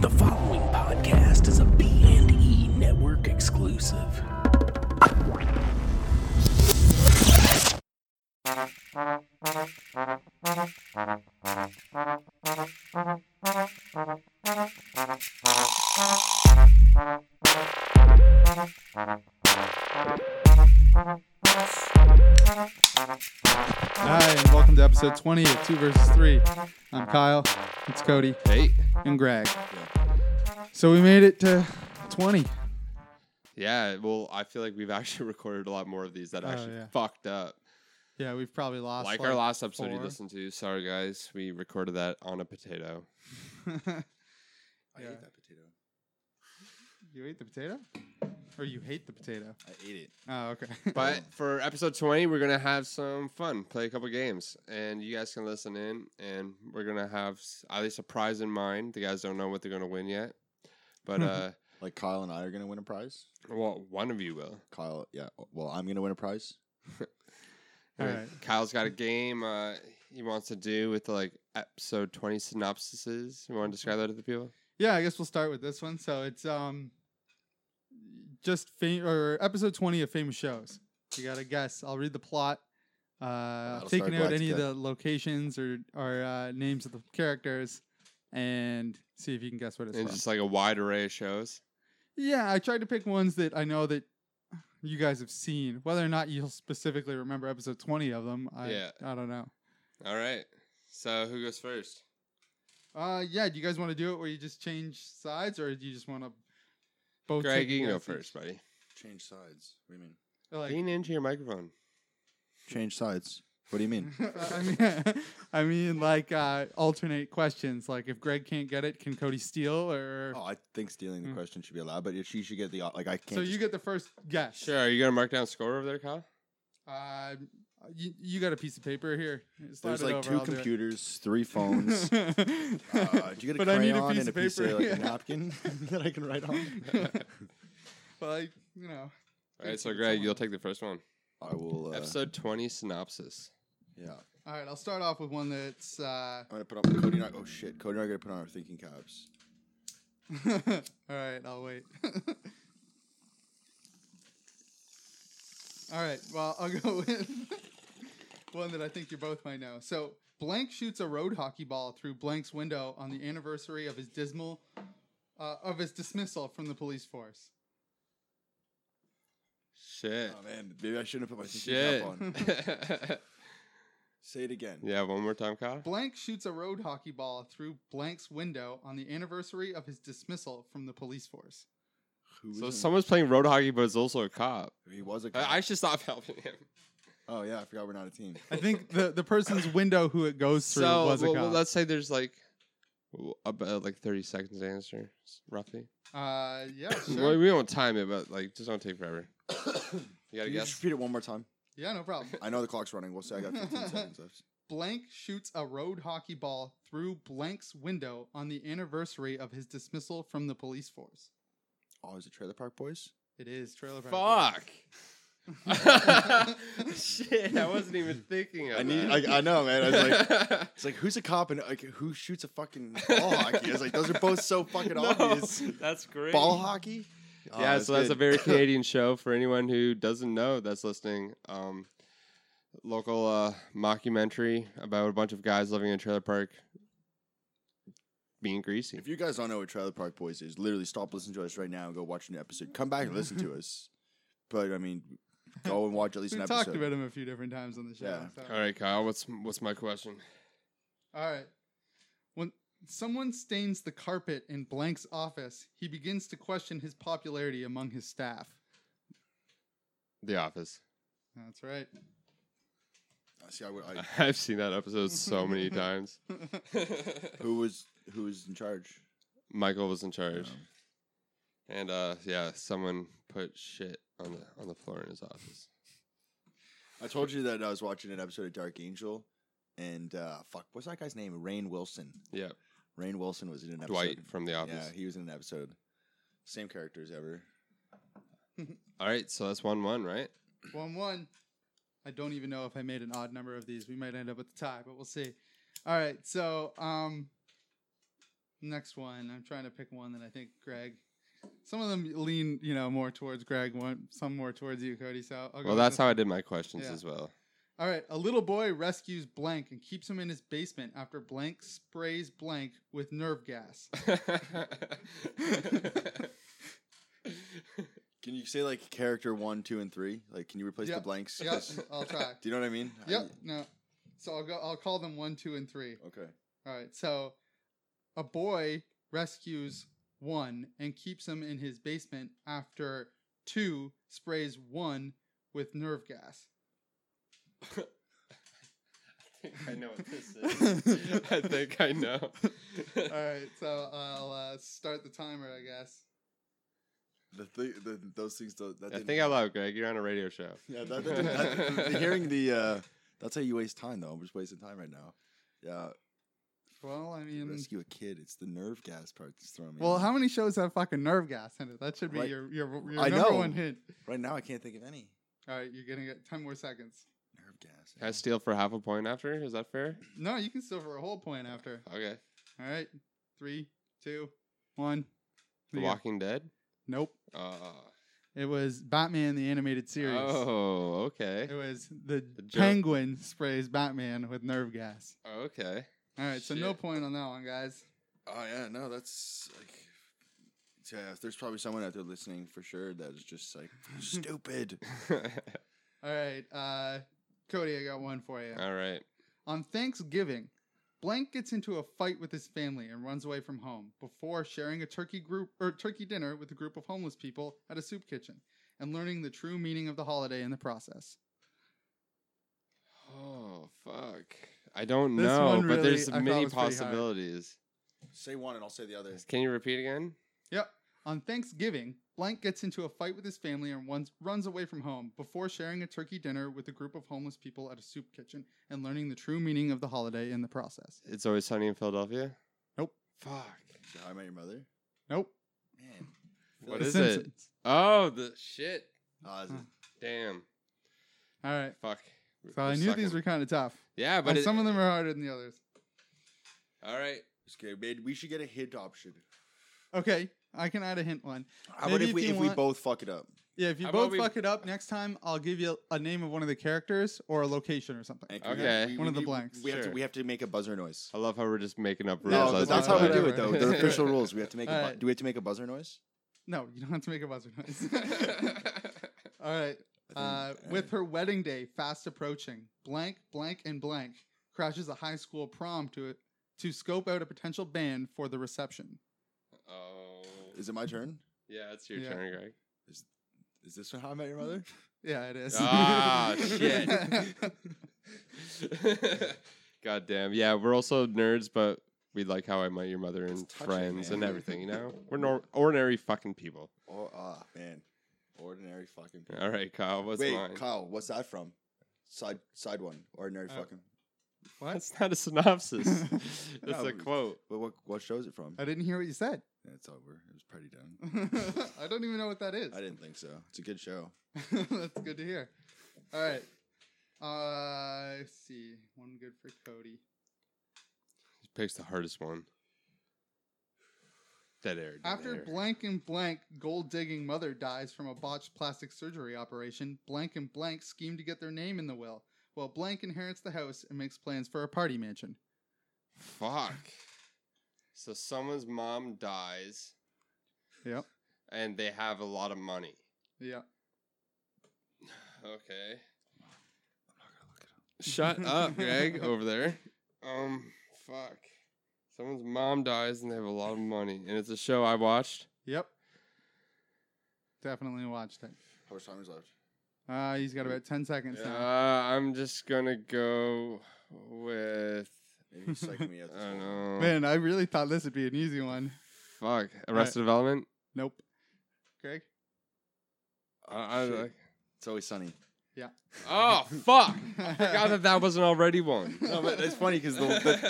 The following podcast is a E B&E network exclusive. Hi, and welcome to episode 20 of Two Versus Three. I'm Kyle, it's Cody, Hey. and Greg. So we made it to 20. Yeah, well, I feel like we've actually recorded a lot more of these that Oh, actually yeah. fucked up. Yeah, we've probably lost like our last episode you four. listened to. Sorry, guys. We recorded that on a potato. I Yeah. ate that potato. you ate the potato, or you hate the potato? I ate it. Oh, okay. But for episode 20, we're going to have some fun, play a couple games, and you guys can listen in. And we're going to have s- at least a prize in mind. The guys don't know what they're going to win yet. But, uh, Like Kyle and I are gonna win a prize. well, one of you will. Kyle, yeah. Well, I'm gonna win a prize. All Uh, right. Kyle's got a game uh, he wants to do with like episode 20 synopsises. Mm-hmm. You want to describe that to the people? yeah, I guess we'll start with this one. So it's um, just fam- or episode 20 of famous shows. You gotta guess. I'll read the plot. Uh, Battlestar taking out any of Galactica. the locations or or uh, names of the characters, and see if you can guess what it's And from. just like a wide array of shows. Yeah, I tried to pick ones that I know that you guys have seen. Whether or not you'll specifically remember episode 20 of them, I Yeah. I don't know. All right. So who goes first? Uh yeah, do you guys want to do it where you just change sides or do you just want to both Greg, take a you can go guess each? first, buddy. Change sides. What do you mean? Like, Lean into your microphone. Change sides. What do you mean? I mean I mean like uh alternate questions like if Greg can't get it, can Cody steal or oh, I think stealing the Hmm. question should be allowed, but she should get the like. I can't. So you just- get the first guess. Sure. Are you gonna mark down score over there, Kyle? Uh you, you got a piece of paper here. Slide there's it like over, two I'll do it. computers, three phones. uh, do you get a But I need a crayon piece and a of piece paper, of like yeah. a napkin that I can write on? but like, you know, All right. Yes, So it's Greg, on. you'll take the first one. I will. Uh, Episode twenty synopsis. Yeah, I'm all right, I'll start off with one that's uh gonna put on Cody and I. Oh shit, Cody and I gotta put on our thinking caps. all right, I'll wait. all right, well, I'll go with one that I think you both might know. So, blank shoots a road hockey ball through blank's window on the anniversary of his dismal uh, of his dismissal from the police force. Shit. Oh man, maybe I shouldn't have put my thinking Shit. cap on. Say it again. yeah. One more time, Kyle. Blank shoots a road hockey ball through blank's window on the anniversary of his dismissal from the police force. Who So isn't? someone's playing road hockey, but it's also a cop. He was a cop. I, I should stop helping him. oh yeah, I forgot we're not a team. I think the, the person's window who it goes through So was a well, cop. well, let's say there's like w- about like thirty seconds to answer, s- roughly. uh, yeah, Well, sure. we won't time it, but like just don't take forever. You gotta Can you guess. just repeat it one more time? yeah, no problem. I know the clock's running. We'll say I got 15 seconds left. Blank shoots a road hockey ball through Blank's window on the anniversary of his dismissal from the police force. Oh, is it Trailer Park Boys? It is trailer park. Fuck. Boys. Shit, I wasn't even thinking of I need. that. I, I know, man. I was like, it's like who's a cop and like who shoots a fucking ball hockey? I was like, those are both so fucking No, obvious. That's great. Ball hockey. Oh, yeah, so that's a good. very Canadian show for anyone who doesn't know that's listening. Um, local uh, mockumentary about a bunch of guys living in a trailer park being greasy. If you guys don't know what Trailer Park Boys is, literally stop listening to us right now and go watch an episode. Come back and listen to us. But I mean, go and watch at least We an talked episode. about him a few different times on the show. Yeah. so- All right, Kyle, what's what's my question? All right. When someone stains the carpet in Blank's office, he begins to question his popularity among his staff. The Office. That's right. See, I would- I- I've seen that episode so many times. who was who was in charge? Michael was in charge. And uh yeah, someone put shit on the on the floor in his office. I told you that I was watching an episode of Dark Angel, and uh, fuck, what's that guy's name? Rain Wilson. Yeah. Rain Wilson was in an episode. Dwight from the office. Yeah, he was in an episode. Same characters ever. All right, so that's one one, right? One one. I don't even know if I made an odd number of these. We might end up with a tie, but we'll see. All right, so um, Next one. I'm trying to pick one that I think Greg. Some of them lean, you know, more towards Greg. One, some more towards you, Cody. So, I'll go Well, with that's this how I did my questions Yeah. as well. All right, a little boy rescues blank and keeps him in his basement after blank sprays blank with nerve gas. Can you say like character one, two, and three? Like, can you replace Yeah. the blanks? Yep, 'Cause- I'll try. Do you know what I mean? I- Yep, no. So I'll go. I'll call them one, two, and three. okay. All right. So a boy rescues one and keeps him in his basement after two sprays one with nerve gas. I know what this is. I think I know. All right. So I'll uh, start the timer, I guess. The thi- the, those things. Don't, that I didn't- think I love Greg. You're on a radio show. Yeah, that, that, that, that- hearing the. Uh, that's how you waste time, though. I'm just wasting time right now. Yeah, Well, I mean, rescue a kid. It's the nerve gas part that's throwing me. well, off. how many shows have fucking nerve gas in it? That should be Right. your your, your I number know. one hint. right now I can't think of any All right, you're gonna get ten more seconds. nerve gas. Can I steal for half a point after? Is that fair? No, you can still for a whole point after. Okay. All right, three, two, one. The Yeah. Walking Dead? Nope. Uh, It was Batman the animated series. oh, okay. It was the, The joke. penguin sprays Batman with nerve gas. Okay. All right, so no Shit. point on that one, guys. Oh yeah, no, that's like. Yeah, there's probably someone out there listening for sure that is just like stupid. All right, uh, Cody, I got one for you. All right. On Thanksgiving, Blank gets into a fight with his family and runs away from home before sharing a turkey group or turkey dinner with a group of homeless people at a soup kitchen and learning the true meaning of the holiday in the process. Oh, fuck. I don't This know, one but there's really I thought many was pretty hard. possibilities. Say one and I'll say the other. Can you repeat again? Yep. On Thanksgiving, Blank gets into a fight with his family and runs, runs away from home before sharing a turkey dinner with a group of homeless people at a soup kitchen and learning the true meaning of the holiday in the process. It's always sunny in Philadelphia? Nope. Fuck. How I Met Your Mother. Nope. Man, What The is it? Simpsons. Oh, the shit. oh, Huh. Damn. All right. Fuck. So I We're knew these sucking. were kind of tough. Yeah, but and it- some of them are harder than the others. All right. okay, man, we should get a hint option. Okay, I can add a hint one. How Maybe about if if we you if we want- both fuck it up? Yeah, if you How about both we- fuck it up next time, I'll give you a name of one of the characters or a location or something. And can we- Okay. we- One we of the need- blanks. We have Sure. to we have to make a buzzer noise. I love how we're just making up rules. Yeah, No, as but that's that's fine. how go we along. do it though. Whatever. They're official rules. We have to make. A bu- Alright. Do we have to make a buzzer noise? No, you don't have to make a buzzer noise. All right. I think- Uh, alright. with her wedding day fast approaching, blank, blank, and blank crashes a high school prom to it to scope out a potential band for the reception. oh. Is it my turn? Yeah, it's your Yeah. turn, Greg. Is this How I Met Your Mother? Yeah, it is. Ah, shit. God damn. Yeah, we're also nerds, but we like how I met your mother and touching, friends and man. everything, you know? We're nor- ordinary fucking people. Or ah man, ordinary fucking. All right, Kyle, what's Wait, mine? Kyle, what's that from? Side side one, ordinary Uh, fucking. what? That's not a synopsis. That's No, a but- quote. But what what show is it from? I didn't hear what you said. That's over. It was pretty dumb. I don't even know what that is. I didn't think so. It's a good show. That's good to hear. All right. Uh, let's see. One good for Cody. He picks the hardest one. Dead air. Dead After air. blank and blank gold digging mother dies from a botched plastic surgery operation, blank and blank scheme to get their name in the will, while blank inherits the house and makes plans for a party mansion. Fuck. So someone's mom dies Yep. and they have a lot of money. Yeah. Okay. I'm not gonna look it up. Shut up, Greg, over there. Um, fuck. Someone's mom dies and they have a lot of money, and it's a show I watched. Yep. Definitely watched it. How much time is left? Uh, he's got about 10 seconds Uh, now. I'm just gonna go with Maybe you psyching me out. I This don't whole- know. Man, I really thought this would be an easy one. Fuck, Arrested Development. Nope. Greg? I, I Shit. like. It's always sunny. Oh fuck! I forgot that that wasn't already one. No, but it's funny because the,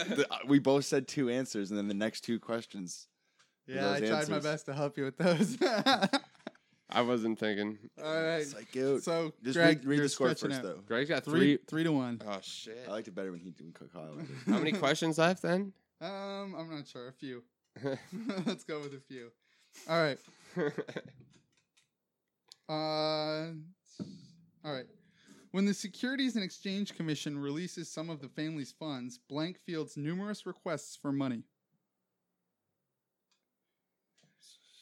the, the, uh, we both said two answers, and then the next two questions. Yeah, I Those tried my answers. best to help you with those. All I wasn't thinking. right. Psych out. So, Just Greg, read, read you're the score stretching first, it. though. Greg's got Three, three. three to one. Oh shit! I liked it better when he did when Kyle. Did. How many questions left then? Um, I'm not sure. A few. Let's go with a few. All right. Uh, all right. When the Securities and Exchange Commission releases some of the family's funds, blank fields numerous requests for money.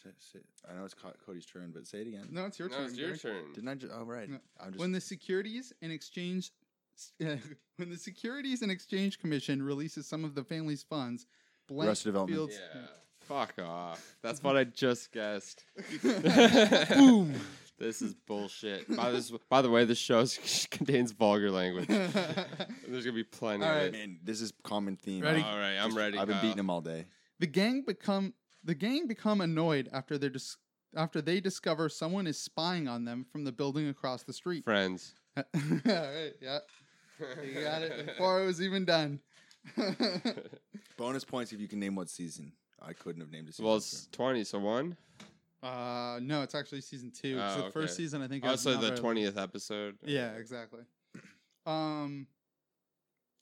Say- say- I know it's Co- Cody's turn, but say it again. No, it's your no, turn. it's your Gary. turn. Didn't I just? Oh, right. No. I'm just. When the Securities and Exchange when the Securities and Exchange Commission releases some of the family's funds, blank Arrested Development. Yeah. fields. Fuck off. That's what I just guessed. Boom. This is bullshit. By this, by the way, this show contains vulgar language. There's gonna be plenty All of right. it. Man, this is common theme. Ready? All right, I'm Just- Uh, ready. I've been Kyle. beating him all day. The gang become the gang become annoyed after their dis- after they discover someone is spying on them from the building across the street. Friends. All right, yeah, you got it before it was even done. Bonus points if you can name what season. I couldn't have named a season. well, it's twenty, so one. uh, no, it's actually season two. 'cause Oh, the first okay. season, I think. it was Also, not the very- twentieth episode. Yeah, exactly. Um.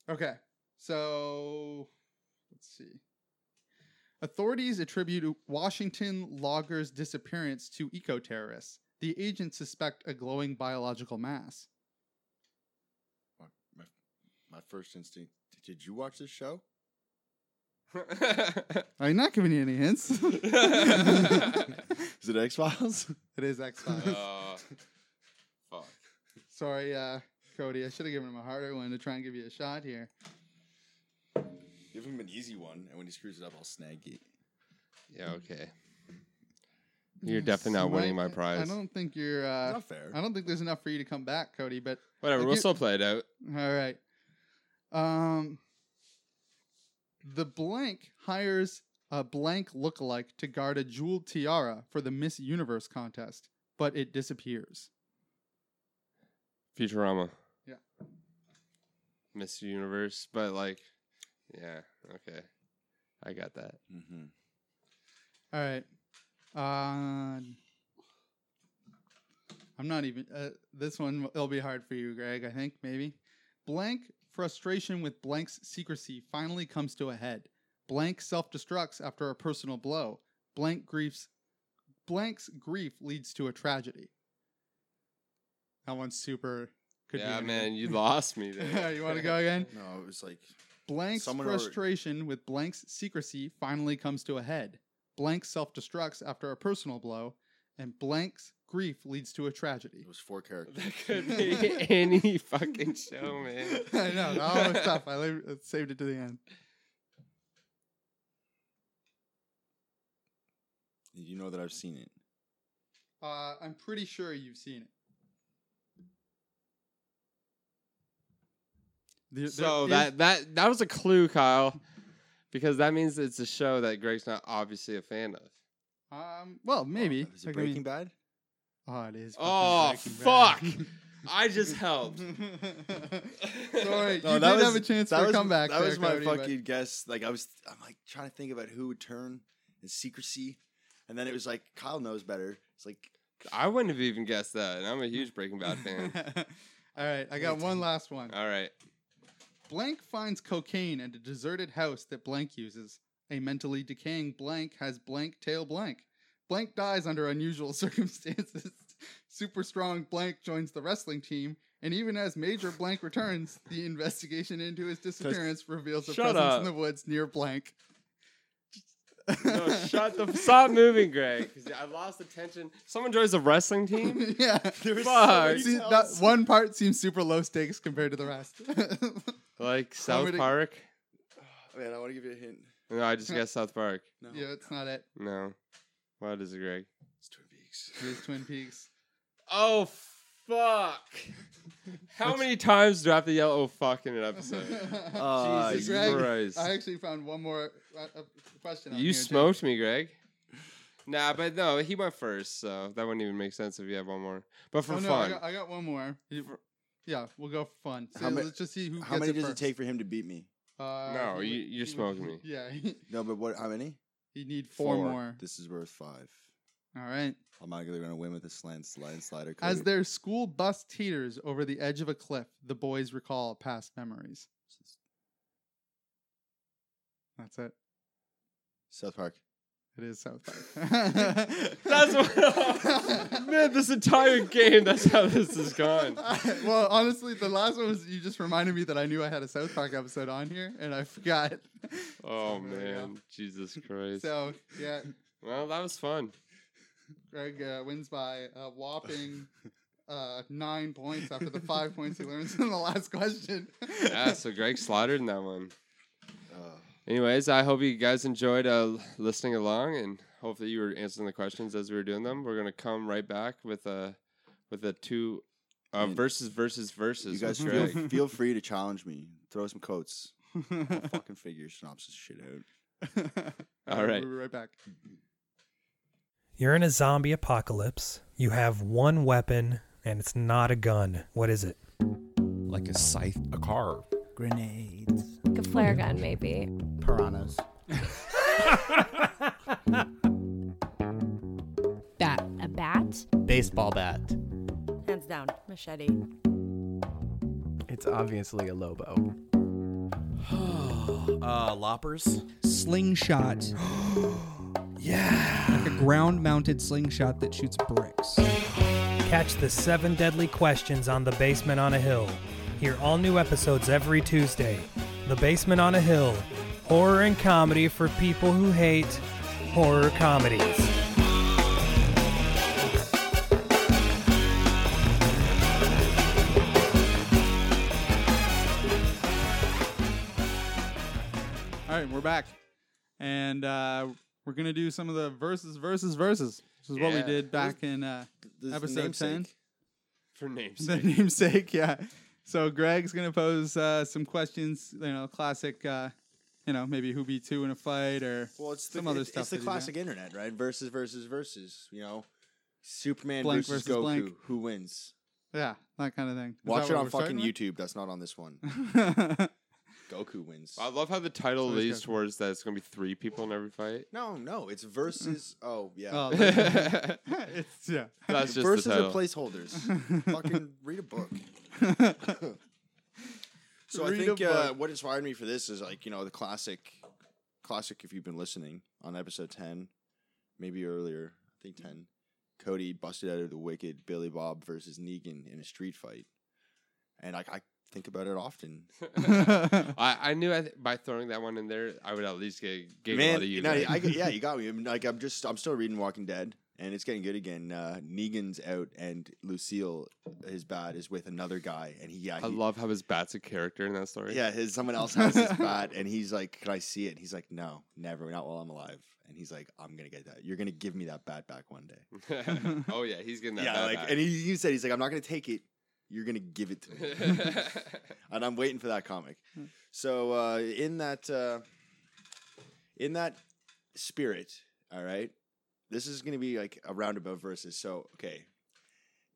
Okay, so let's see. Authorities attribute Washington logger's disappearance to eco terrorists. The agents suspect a glowing biological mass. my first instinct. Did you watch this show? I'm not giving you any hints. Is it X Files? it is X Files. Uh, fuck. Sorry, uh, Cody. I should have given him a harder one to try and give you a shot here. Give him an easy one, and when he screws it up, I'll snag it. Yeah. Okay. You're definitely not winning my Right? I prize. don't think you're. Uh, Not fair. I don't think there's enough for you to come back, Cody. But Whatever. I We'll do- still play it out. All right. Um, the blank hires a blank lookalike to guard a jeweled tiara for the Miss Universe contest, but it disappears. Futurama. Yeah. Miss Universe, but like, yeah. Okay. I got that. Mm-hmm. All right. Uh, I'm not even. Uh, this one will be hard for you, Greg. I think maybe. Blank frustration with blank's secrecy finally comes to a head. Blank self destructs after a personal blow. Blank griefs. Blank's grief leads to a tragedy. That one's super. Could yeah, be man, anything. you lost me there. you want to go again? No, it was like Blank's Someone already- frustration with Blank's secrecy finally comes to a head. Blank self destructs after a personal blow, and Blank's grief leads to a tragedy. it was four characters. That could be any fucking show, man. I know, that all was tough. I li- I saved it to the end. You know that I've seen it. Uh, I'm pretty sure you've seen it. There- there So is- that that that was a clue, Kyle, because that means it's a show that Greg's not obviously a fan of. um, well, maybe. Oh, is Like, it I mean- Breaking Bad? Oh, it is. Oh, fucking Breaking I just helped. Bad. Sorry, you did have a chance for a was- comeback. That there, was my Cody, but- fucking guess. Like I was, I'm like trying to think about who would turn in secrecy, and then it was like Kyle knows better. It's like I wouldn't have even guessed that, and I'm a huge Breaking Bad fan. All right, I got one last one. All right, Blank finds cocaine at a deserted house that Blank uses. A mentally decaying Blank has Blank tail Blank. Blank dies under unusual circumstances. Super strong Blank joins the wrestling team, and even as Major Blank returns, the investigation into his disappearance reveals a Shut presence up. in the woods near Blank. no, shut the stop moving, Greg. 'cause I lost attention. Someone joins a wrestling team. yeah. Fuck. See, that one part seems super low stakes compared to the rest. Like South Comedy- Park. man, I want to give you a hint. No, I just guessed South Park. No, yeah, it's not it. No, what is it, Greg? it's Twin Peaks. It is Twin Peaks. Oh fuck! How many times do I have to yell "oh fuck" in an episode? Uh, Jesus you- Greg, Christ. I actually found one more uh, uh, question. on You here, too. smoked me, Greg. Nah, but no, he went first, so that wouldn't even make sense if you have one more. But for Oh, no, I fun, got, I got one more. You- yeah, we'll go for fun. So How ma- let's just see who. How gets many it does first. it take for him to beat me? Uh, No, he you- would- you're he smoking would, me. Yeah, No, but what? How many? you need four, more. This is worth five. All right. I'm not gonna win with a slant slide slider. As Cody. their school bus teeters over the edge of a cliff, the boys recall past memories. That's it. South Park. It is South Park. That's what. Man, this entire game, that's how this is gone. well, honestly, the last one was you just reminded me that I knew I had a South Park episode on here and I forgot. There Oh, we go. man. Jesus Christ. So yeah, Well, that was fun. Greg uh, wins by a whopping uh, nine points after the five points he learns in the last question. Yeah, so Greg slaughtered in that one. Uh, Anyways, I hope you guys enjoyed uh, listening along, and hopefully you were answering the questions as we were doing them. We're gonna come right back with a with a two uh, Man. versus versus versus. Mm. you guys with feel, Greg. feel free to challenge me. Throw some quotes. I'll fucking figure your synopsis shit out. All We'll right. be right back. You're in a zombie apocalypse. You have one weapon, and it's not a gun. What is it? like a scythe, a car. Grenades. Like a flare gun, maybe. Piranhas. Bat. A bat? Baseball bat. Hands down, machete. It's obviously a Lobo. Uh, loppers. Slingshot. yeah. Like a ground mounted slingshot that shoots bricks. Catch the seven deadly questions on The Basement on a Hill. Hear all new episodes every Tuesday. The Basement on a Hill. Horror and comedy for people who hate horror comedies. All right, we're back, and uh, we're gonna do some of the verses, verses, verses. This is what we Yeah. did back in uh, This is episode ten. namesake. for names. The namesake, yeah. So Greg's gonna pose uh, some questions. You know, classic. Uh, you know, maybe who beat who in a fight, or Well, it's the, some other it's, stuff. It's the that he's got. classic internet, right? Versus, versus, versus. You know, Superman Blank versus, versus Goku. blank. Who wins? Yeah, that kind of thing. Is Watch that it what on we're starting fucking with? YouTube. That's not on this one. Goku wins. I love how the title Always leads good. towards that it's gonna be three people in every fight. no, no, it's versus. Oh yeah, Oh, That's it's yeah. just versus the are title. placeholders. fucking read a book. So Read I a think uh, book. what inspired me for this is like you know the classic, classic. If you've been listening on episode ten, maybe earlier, I think ten. Cody busted out of the wicked Billy Bob versus Negan in a street fight, and I, I think about it often. I, I knew I th- by throwing that one in there, I would at least get a giggle out of you. no, Greg. I, get- yeah, you got me. I'm, like I'm just, I'm still reading Walking Dead, and it's getting good again. Uh, Negan's out, and Lucille, his bat is with another guy, and he, yeah, I he- love how his bat's a character in that story. yeah, his someone else has his bat, and he's like, "Can I see it?" And he's like, "No, never, not while I'm alive." And he's like, "I'm gonna get that. You're gonna give me that bat back one day." oh yeah, he's getting that. yeah, bat like, back. and he, he said, "He's like, I'm not gonna take it. You're gonna give it to me." and I'm waiting for that comic. Hmm. So uh, in that uh, in that spirit, all right, this is going to be like a roundabout versus. So okay,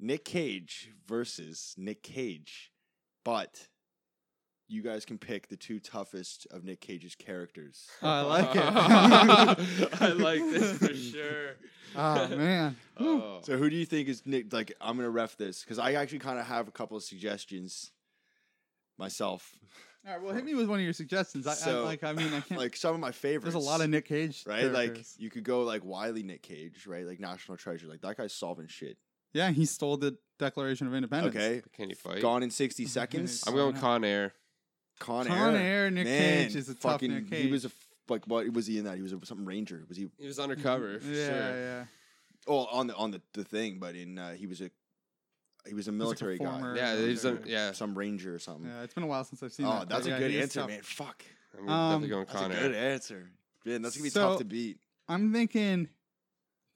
Nick Cage versus Nick Cage, but you guys can pick the two toughest of Nick Cage's characters. Oh, I like it. I like this for sure. oh man. Oh. So who do you think is Nick? Like I'm going to ref this because I actually kind of have a couple of suggestions myself. All right. Well, hit me with one of your suggestions. I, So, I like. I mean, I can't. Like some of my favorites. there's a lot of Nick Cage. right? Like characters. you could go like Wiley Nick Cage, right? Like National Treasure. Like that guy's solving shit. yeah, he stole the Declaration of Independence. Okay. Can you fight? Gone in sixty seconds. I'm going Con Air. Con, Con Air Nick Man, Cage is a tough fucking, Nick Cage. He was a f- like what was he in that? He was a, something ranger. Was he? He was undercover. For yeah, sure. yeah. Oh, on the on the, the thing, but in uh, he was a he was a military former- guy, Yeah, he's a, Sure. yeah. some ranger or something. Yeah, it's been a while since I've seen that. oh, but that's yeah, a good he is answer, tough. man. Fuck, I'm definitely Um, going that's Con a Air. good answer. Man, that's gonna be So- tough to beat. I'm thinking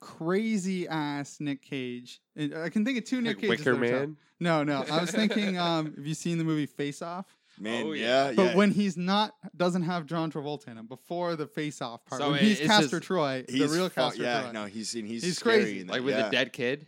crazy ass Nick Cage. And I can think of two Nick Like Cages. Wicker that are tough. Man. No, no. I was thinking. Um, have you seen the movie Face Off? Man, Oh, yeah, yeah. Uh, yeah. But when he's not, doesn't have John Travolta in him before the Face Off part. So when it- he's it's Castor just- Troy, the he's real fu- Castor yeah, Troy. no, he's and he's, He's scary crazy. in that, Like with yeah. a dead kid.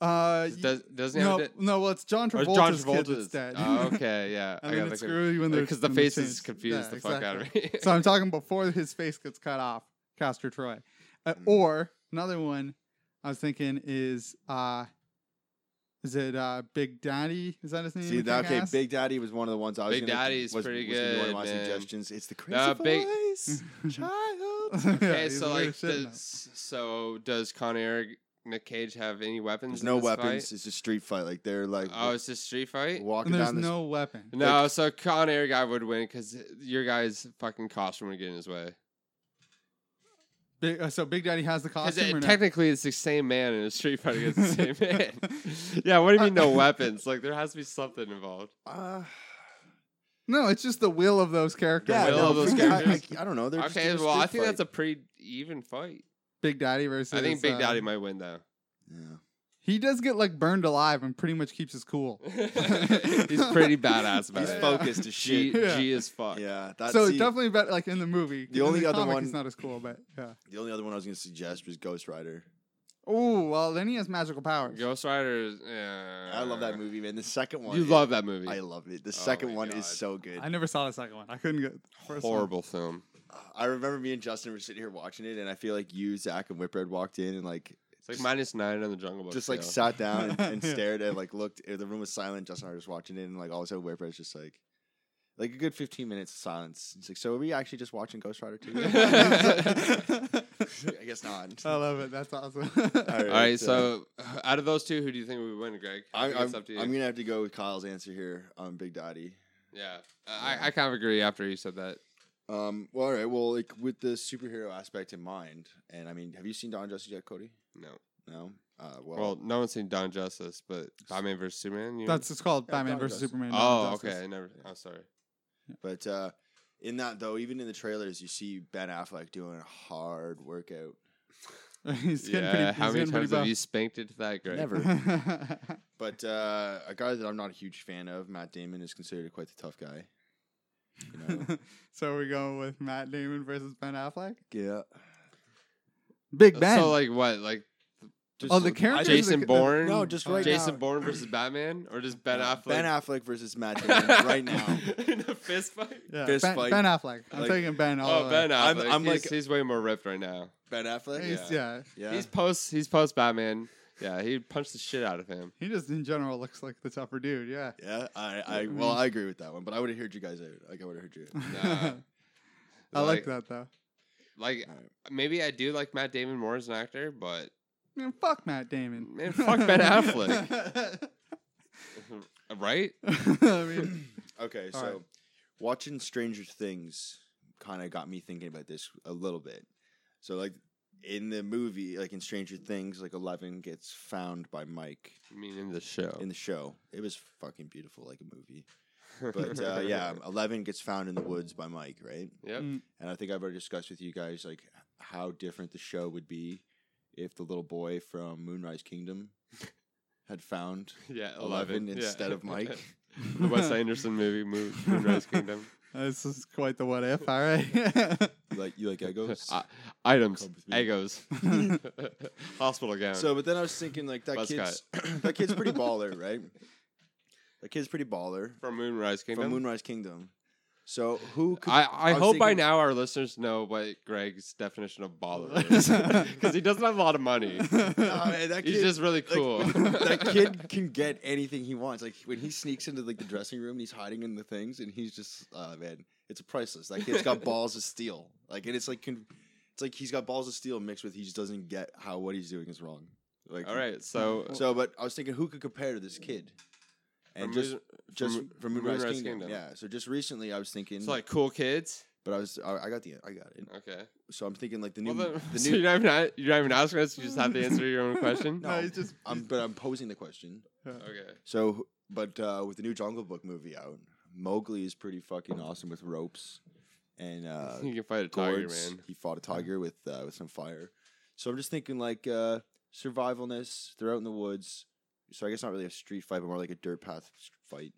Uh, Does, doesn't he no, have a dead? no. Well, it's John Or Travolta's, John kid Travolta's. that's dead. Oh, okay, yeah. and then it's screwy when they're because the when they're faces changed. confuse Yeah, the fuck out of exactly. me. so I'm talking before his face gets cut off, Castor Troy, uh, Mm. or another one I was thinking is uh, is it uh, Big Daddy? Is that his name? See you that? kick Okay, ass? Big Daddy was one of the ones I was. Big gonna, Daddy's was, pretty was gonna be One good, of my man. suggestions. It's the crazy Uh, Big- voice, child. Okay, he's so weird like, as shit in that. does, so does Con Air, Nick Cage have any weapons? There's in no this weapons. fight? It's a street fight. Like they're like Oh, it's a street fight. walking and there's down this. no weapon. No, so Con Air guy would win because your guy's fucking costume would get in his way. Big, uh, so Big Daddy has the 'Cause costume. it- or no? technically, it's the same man in a street fight against the same man. yeah, what do you mean no weapons? Like there has to be something involved. Uh, no, it's just the will of those characters. yeah, will no, of those I- characters. I, I don't know. They're Okay, just well, I think that's a pretty even fight. Big Daddy versus. I think Big uh, um, Daddy might win though. He does get like burned alive and pretty much keeps his cool. He's pretty badass about He's it. focused as G, shit. G is fuck. Yeah, yeah. That's so definitely better like in the movie. The In only other comic, one- he's not as cool, but yeah. the only other one I was gonna suggest was Ghost Rider. Oh well, then he has magical powers. Ghost Rider. is- Yeah. I love that movie, man. The second one, You is- love that movie. Oh I loved it. The second my one God. is so good. I never saw the second one. I couldn't get the first one. Horrible film. I remember me and Justin were sitting here watching it, and I feel like you, Zach, and Whitbread walked in and like It's like minus nine on the Jungle Book. just like scale. sat down and, and Yeah. stared and like looked. The room was silent. Justin and I were just watching it, and like all of a sudden, Whitbread's just like. Like a good fifteen minutes of silence. It's like, so are we actually just watching Ghost Rider two? I guess not. I love it. That's awesome. All right, so out of those two, who do you think would win, Greg? I I'm, think I'm, it's up to you. I'm gonna have to go with Kyle's answer here on Big Daddy. yeah, I, I kind of agree after you said that. Um, well, all right. Well, like with the superhero aspect in mind, and I mean, have you seen Don Justice yet, Cody? No, No. Uh, well, well, no one's seen Don Justice, but Batman versus Superman. You That's it's called Yeah, Batman Dawn versus Justice. Superman. Dawn oh, of Justice. okay. I never. I'm sorry. but uh, in that though, even in the trailers, you see Ben Affleck doing a hard workout. he's getting yeah, pretty. He's how many getting times have pretty you spanked into that, Greg? Never. buff. but uh, a guy that I'm not a huge fan of, Matt Damon, is considered quite the tough guy. You know? so are we going with Matt Damon versus Ben Affleck? yeah. Big Ben. So like what? Like oh, the characters. Jason the, Bourne? No, just right Jason now. Bourne versus Batman, or just Ben Affleck? Ben Affleck versus Matt Damon right now. in a fist fight. Yeah, Fist ben, fight. ben Affleck. I'm Like- taking Ben. All Oh, the Ben way. Affleck. I'm- I'm, I'm he's, like- he's way more ripped right now. Ben Affleck. He's- yeah. yeah. Yeah. He's post. He's post Batman. Yeah, he punched the shit out of him. he just in general looks like the tougher dude. Yeah. Yeah, I, I well, I agree with that one, but I would have heard you guys out. Like I would have heard you. I Nah. like, Like- that though. Like Alright. maybe I do like Matt Damon more as an actor, but Man, fuck Matt Damon. Man, fuck Ben Affleck. uh, right? I mean, Okay, so All right. watching Stranger Things kind of got me thinking about this a little bit. So like in the movie, like in Stranger Things, like Eleven gets found by Mike I mean, in the show. in the show. It was fucking beautiful, like a movie. But uh, yeah, Eleven gets found in the woods by Mike, right? Yep. Mm. And I think I've already discussed with you guys like how different the show would be if the little boy from Moonrise Kingdom had found Yeah. 11 yeah. instead of Mike. the Wes Anderson movie, Moon, Moonrise Kingdom. this is quite the what if. All right. You like you like egos. Uh, items, Come with me. egos, hospital gown. So, but then I was thinking like that uh, Buzz kid's that kid's pretty baller, right? That kid's pretty baller from Moonrise Kingdom. from Moonrise Kingdom. So who? Could, I, I, was hope by thinking- now our listeners know what Greg's definition of baller is because he doesn't have a lot of money. Nah, man, that kid, He's just really like, cool. that kid can get anything he wants. Like when he sneaks into like the dressing room and he's hiding in the things, and he's just, oh man, it's priceless. That kid's got balls of steel. Like and it's like con- it's like he's got balls of steel mixed with he just doesn't get how what he's doing is wrong. Like All right, so So, but I was thinking, who could compare to this kid? From And just, Moon- just from- from, from Moonrise, Moonrise Kingdom. Kingdom. yeah. So just recently, I was thinking, it's like cool kids. but I was, I, I got the, I got it. Okay. So I'm thinking, like the new, well, then, the so new. you're not, even, a- you're not even asking us. You just have to answer your own question. no, he's just. I'm, but I'm posing the question. Okay. So, but uh, with the new Jungle Book movie out, Mowgli is pretty fucking awesome with ropes and uh, you can fight a tiger, gourds. man. He fought a tiger with uh, with some fire. So I'm just thinking, like uh, survivalness. They're out in the woods. So I guess not really a street fight, but more like a dirt path s- fight.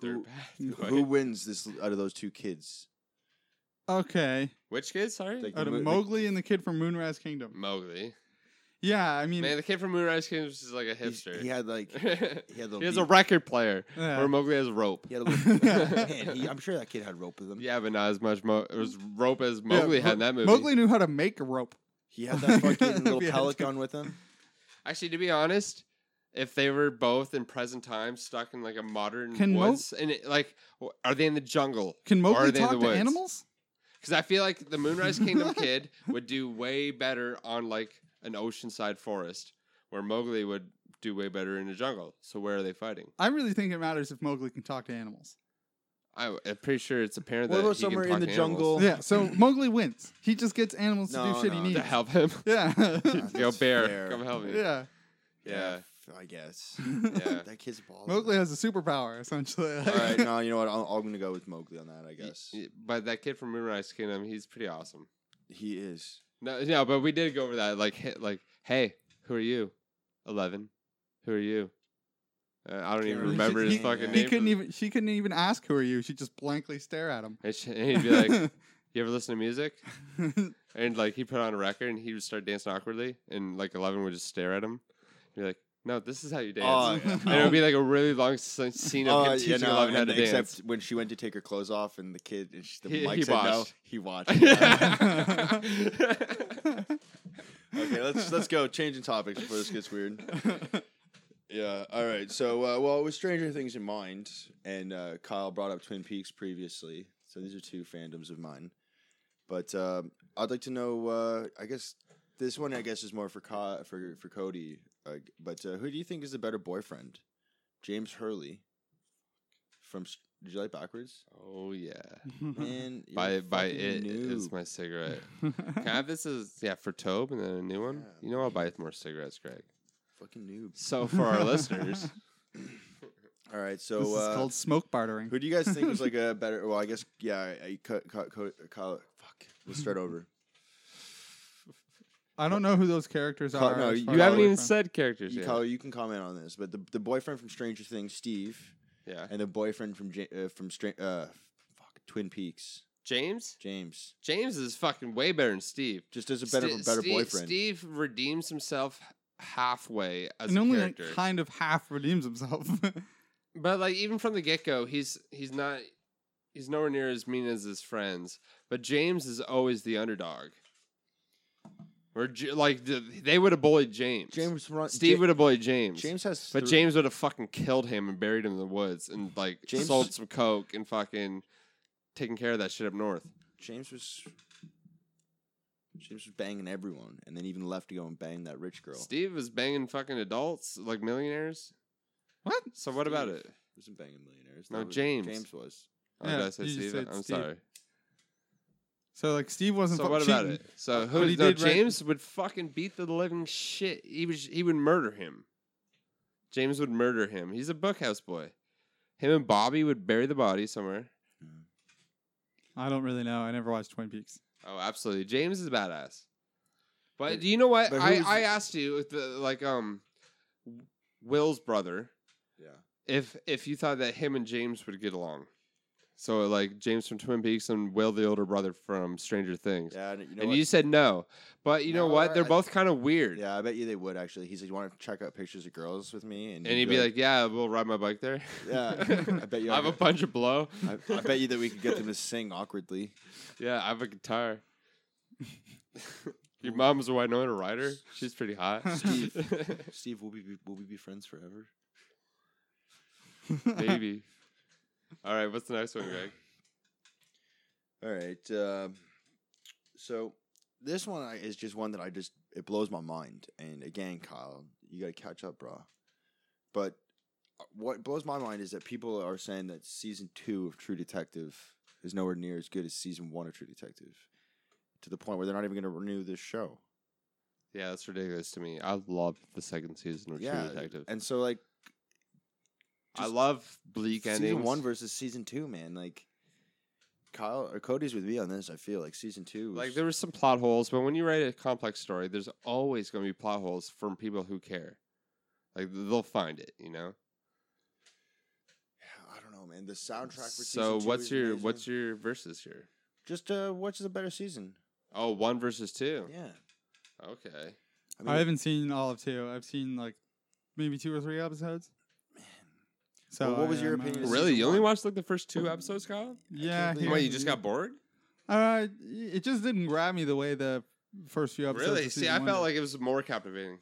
Through Who- path. Who wins this out of those two kids? Okay. Which kid? Sorry. Like- Out of Mo- the- Mowgli and the kid from Moonrise Kingdom. Mowgli. Yeah, I mean, Man, the kid from Moonrise Kingdom is like a He's- hipster. He had like he had the he has a lead- record player, Yeah. where Mowgli has rope. he had a little, man, he, I'm sure that kid had rope with him. Yeah, but not as much. Mo- it was rope as Mowgli yeah, had in that movie. Mowgli knew how to make a rope. He had that fucking little Yeah. pelican with him. Actually, to be honest, if they were both in present time, stuck in like a modern Can Mo- woods, and it, like, w- are they in the jungle? Can Or are Mowgli they in talk the to woods? animals? Because I feel like the Moonrise Kingdom kid would do way better on like an oceanside forest, where Mowgli would do way better in the jungle. So where are they fighting? I really think it matters if Mowgli can talk to animals. I, am pretty sure it's apparent What that about he can somewhere in talk the to animals jungle? Yeah, so Mowgli wins. He just gets animals to No, do shit no, he to needs. help him. Yeah. Yo, That's bear, fair. come help me. yeah. Yeah. f- I guess. Yeah. That kid's balls. Mowgli has a superpower, essentially. All right, no, you know what? I'll, I'm gonna go with Mowgli on that. I guess Y- But that kid from Moonrise Kingdom, he's pretty awesome. he is. No, no, but we did go over that. Like, hit, like, hey, who are you? Eleven. Who are you? Uh, I don't even remember remember his his he, fucking name. He name. couldn't even. She couldn't even ask who are you. She just blankly stare at him. And, sh and he'd be like, "You ever listen to music?" And like, he put on a record, and he would start dancing awkwardly, and like Eleven would just stare at him. He'd be like, "No, this is how you dance." and it would be like a really long s- scene of Uh, him teaching Oh, yeah, no, Eleven how and to except dance. when she went to take her clothes off and the kid and she, the He- mic he said no, watched. he watched. Yeah. okay, let's let's go. Changing topics before this gets weird. Yeah. All right. So, uh, well, with Stranger Things in mind, and uh, Kyle brought up Twin Peaks previously, so these are two fandoms of mine. But uh, I'd like to know. Uh, I guess this one, I guess, is more for Ka- for for Cody. Uh, but uh, who do you think is the better boyfriend, James Hurley from? S- Did you like backwards? oh yeah. Mm-hmm. Man, you're By a by fucking it is noob. my cigarette. Can I have this as yeah for Tobe and then a new one? You know I'll buy more cigarettes, Greg. fucking noob. So for our listeners, All right, so this uh, is called smoke bartering. Who do you guys think was like a better? Well, I guess yeah. I, I cut, cut, cut, cut- fuck. Let's start over. I don't know who those characters Call- are. no, as you far you as haven't I'm even concerned. said characters You, yet. Kyle, you can comment on this, but the the boyfriend from Stranger Things, Steve, yeah, and the boyfriend from Ja- uh, from Stra- uh, fuck Twin Peaks, James. James, James is fucking way better than Steve. just as a better Ste- better Steve, boyfriend. Steve redeems himself halfway as And a only like, character, kind of half redeems himself. but like even from the get go, he's he's not he's nowhere near as mean as his friends. But James is always the underdog. Or J- like th- they would have bullied James. James run- Steve Ja- would have bullied James. James has, But thr- James would have fucking killed him and buried him in the woods and like James- sold some coke and fucking taking care of that shit up north. James was. James was banging everyone, and then even left to go and bang that rich girl. Steve was banging fucking adults like millionaires. what? So what about Steve it? Wasn't banging millionaires. No, That was- James. James was. Oh, Yeah, did I say you just Steve? said I'm Steve. sorry. So like Steve wasn't. So fuck- what about cheating. it? So But who? he No, did write- James would fucking beat the living shit. He was he would murder him. James would murder him. He's a bookhouse boy. Him and Bobby would bury the body somewhere. I don't really know. I never watched Twin Peaks. Oh, absolutely. James is badass. But do you know what? but I, who's- I asked you if the, like um Will's brother Yeah. if if you thought that him and James would get along. So like James from Twin Peaks and Will the older brother from Stranger Things. Yeah. And, you know and what? you said no. But you know No, what? I- They're I- both kind of weird. Yeah, I bet you they would actually. He's like, you want to check out pictures of girls with me, and, And he'd be like, "Yeah, we'll ride my bike there." Yeah, I bet you I have I a bunch of blow. I, I bet you that we could get them to sing awkwardly. Yeah, I have a guitar. Your mom's a white known a rider. She's pretty hot. Steve. Steve, will we be will we be friends forever? Maybe. All right, what's the next one, Greg? All right. Um, so this one I- is just one that I just it blows my mind. And again, Kyle, you got to catch up, bro. But uh, what blows my mind is that people are saying that season two of True Detective is nowhere near as good as season one of True Detective, to the point where they're not even going to renew this show. Yeah, that's ridiculous to me. I love the second season of yeah, True Detective. and so like I just love bleak season endings. one versus season two, man. Like Kyle or Cody's with me on this. I feel like season two, was, like there were some plot holes, but when you write a complex story, there's always going to be plot holes from people who care. Like they'll find it, you know. I don't know, man. The soundtrack for So season two what's is your amazing. what's your verses here? just uh, what's the better season? Oh, one versus two. Yeah, Okay. I I haven't seen all of two. I've seen like maybe two or three episodes. So Well, what I was your am, uh, opinion of Really? season You only one. watched like the first two episodes, Kyle? Yeah. believe here- Wait, you just got bored? Uh, it just didn't grab me the way the first few episodes. Really? of See, season I one felt did. like it was more captivating.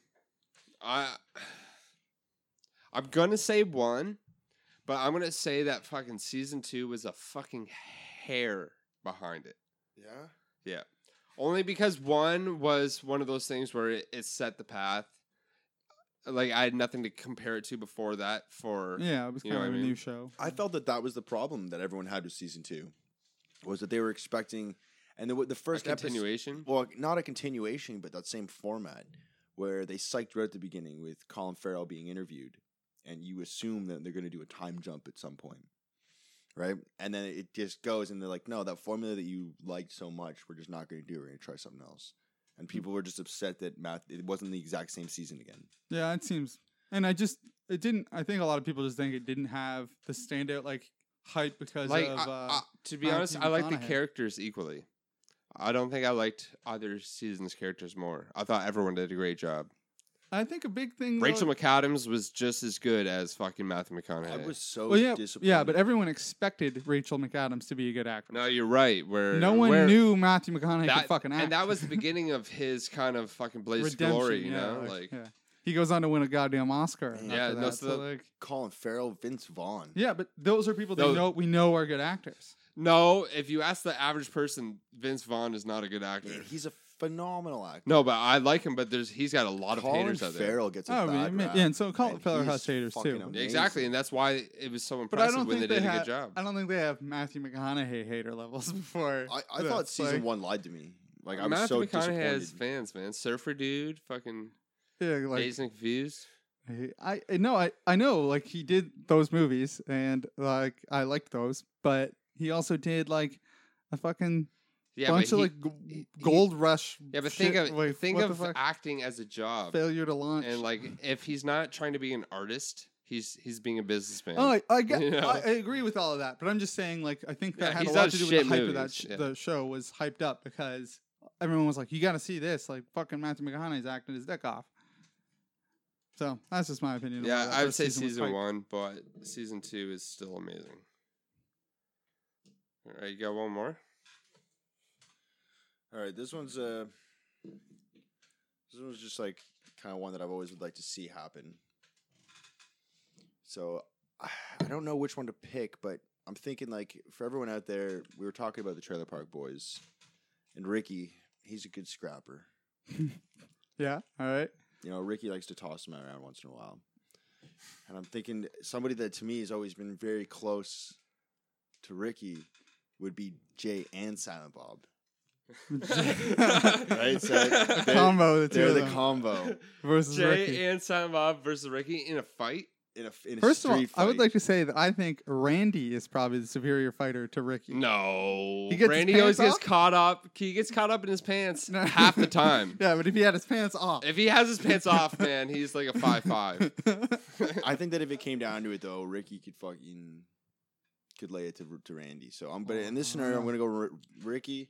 I I'm gonna say one, but I'm gonna say that fucking season two was a fucking hair behind it. Yeah. Yeah. Only because one was one of those things where it, it set the path. Like I had nothing to compare it to before that for Yeah, it was You kind know of what a I mean? new show. I felt that that was the problem that everyone had with season two, was that they were expecting, and the, the a first episode, continuation. well, not a continuation, but that same format where they psyched right at the beginning with Colin Farrell being interviewed, and you assume that they're going to do a time jump at some point, right? And then it just goes, and they're like, "No, that formula that you liked so much, we're just not going to do. it. We're going to try something else." Hmm. And people were just upset that Matt it wasn't the exact same season again. Yeah, it seems. And I just it didn't. I think a lot of people just think it didn't have the standout like hype because like of. I- uh, I- to be Matthew honest, I like the McConaughey. characters equally. I don't think I liked either season's characters more. I thought everyone did a great job. I think a big thing. though- Rachel McAdams was just as good as fucking Matthew McConaughey. I was so Well, yeah, disappointed. yeah, but everyone expected Rachel McAdams to be a good actress. no, you're right. Where No one where knew Matthew McConaughey that, could fucking act. and that was the beginning of his kind of fucking blaze redemption. glory. You yeah, know, like yeah. he goes on to win a goddamn Oscar. Yeah, after no, that, so so, the- like, Colin Farrell, Vince Vaughn. yeah, but those are people that Those- know we know are good actors. no. If you ask the average person, Vince Vaughn is not a good actor. Man, he's a phenomenal actor. no, but I like him. But there's he's got a lot of Colin haters out there. Farrell gets a Oh, bad man, man, rap, yeah, and so Colin Farrell he's has haters, fucking too. amazing. Exactly, and that's why it was so But I impressive don't when think they, they, did a have. good job. I don't think they have Matthew McConaughey hater levels before. I, I this, thought season like- one lied to me. Like I was Matthew so McConaughey disappointed. has fans, man. Surfer dude, fucking Yeah, like dazed and confused. He- I I know I I know like he did those movies and like I liked those, but he also did like a fucking Yeah, bunch but of he- like he- g- he- gold rush. yeah, but think shit of with think what the of fuck? acting as a job, failure to launch and like if he's not trying to be an artist, he's he's being a businessman. Oh, I, I get. You know? I, I agree with all of that, but I'm just saying, like, I think that Yeah, had a he's lot done to do with the shit hype of that. movies, Sh- yeah. The show was hyped up because everyone was like, "You got to see this!" Like, fucking Matthew McConaughey's acting his dick off. So that's just my opinion. on why yeah, that I would first say was season hyped. one, but season two is still amazing. All right, you got one more. All right, this one's uh, this one's just like kind of one that I've always would like to see happen. So I I don't know which one to pick, but I'm thinking like for everyone out there, we were talking about the Trailer Park Boys, and Ricky, he's a good scrapper. Yeah. All right. You know, Ricky likes to toss him around once in a while. And I'm thinking somebody that to me has always been very close to Ricky would be Jay and Silent Bob. Right? So they're, Combo. The two they're of the them combo versus Jay Ricky. and Silent Bob versus Ricky in a fight. in a, in a First of all, street I would fight. like to say that I think Randy is probably the superior fighter to Ricky. No, He gets his Randy always pants gets off? caught up. He gets caught up in his pants No. half the time. Yeah, but if he had his pants off, If he has his pants off, man, he's like a five five. I think that if it came down to it, though, Ricky could fucking could lay it to, to Randy. So I'm, but in this scenario, I'm going to go R- Ricky,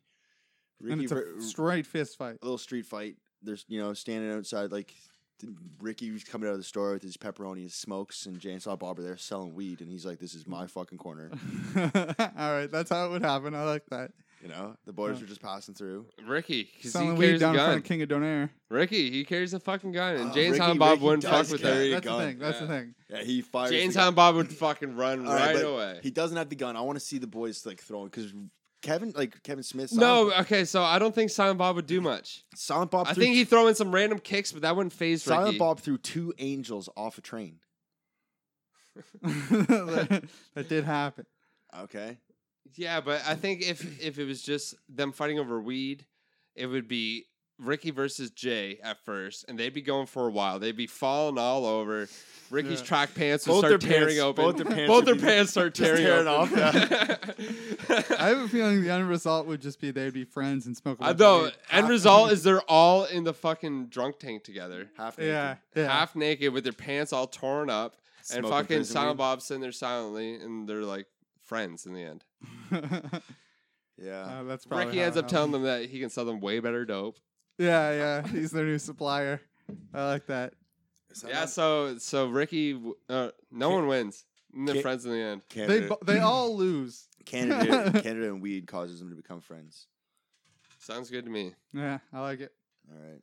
Oh, and Ricky, it's a ver- straight fist fight. a little street fight. There's you know standing outside like th- Ricky was coming out of the store with his pepperoni, his smokes, and Jane saw Bob over there selling weed, and he's like, "This is my fucking corner." All right, that's how it would happen. I like that. You know, the boys Yeah. were just passing through. Ricky, 'cause he Selling weed carries a down in front gun. of King of Donaire. Ricky, he carries a fucking gun, and Oh, James Ricky- Hahn Bob Ricky wouldn't does fuck with that. carry a That's the gun. thing. That's the Yeah. thing. Yeah, he fires. the James gun. Hahn Bob would fucking run uh, All right, right but away. He doesn't have the gun. I want to see the boys like throwing because Kevin, like Kevin Smith, no, Silent, okay, so I don't think Silent Bob would do much. Bob- Silent Bob. I threw- think he'd throw in some random kicks, but that wouldn't phase Silent Ricky. Bob threw two angels off a train. that, that did happen. Okay, Yeah, but I think if if it was just them fighting over weed, it would be Ricky versus Jay at first, and they'd be going for a while. They'd be falling all over. Ricky's Yeah. track pants would Both start their tearing pants- open. both their pants Both would their be pants start just tearing, tearing open. off, I have a feeling the end result would just be they'd be friends and smoke. a I bunch of know. weed. End result is they're all in the fucking drunk tank together, half. yeah, naked. yeah. half naked with their pants all torn up, and Smoking fucking prison Silent weed. Bob sitting there silently, and they're like friends in the end. yeah. Uh, that's probably Ricky how ends it up telling happened. them that he can sell them way better dope. Yeah, yeah. He's their new supplier. I like that. Is that yeah, not- so so Ricky, w- uh, no one wins. And they're Can't- friends in the end. They Canada, bo- they all lose. Canada, Canada, and weed causes them to become friends. Sounds good to me. Yeah, I like it. All right.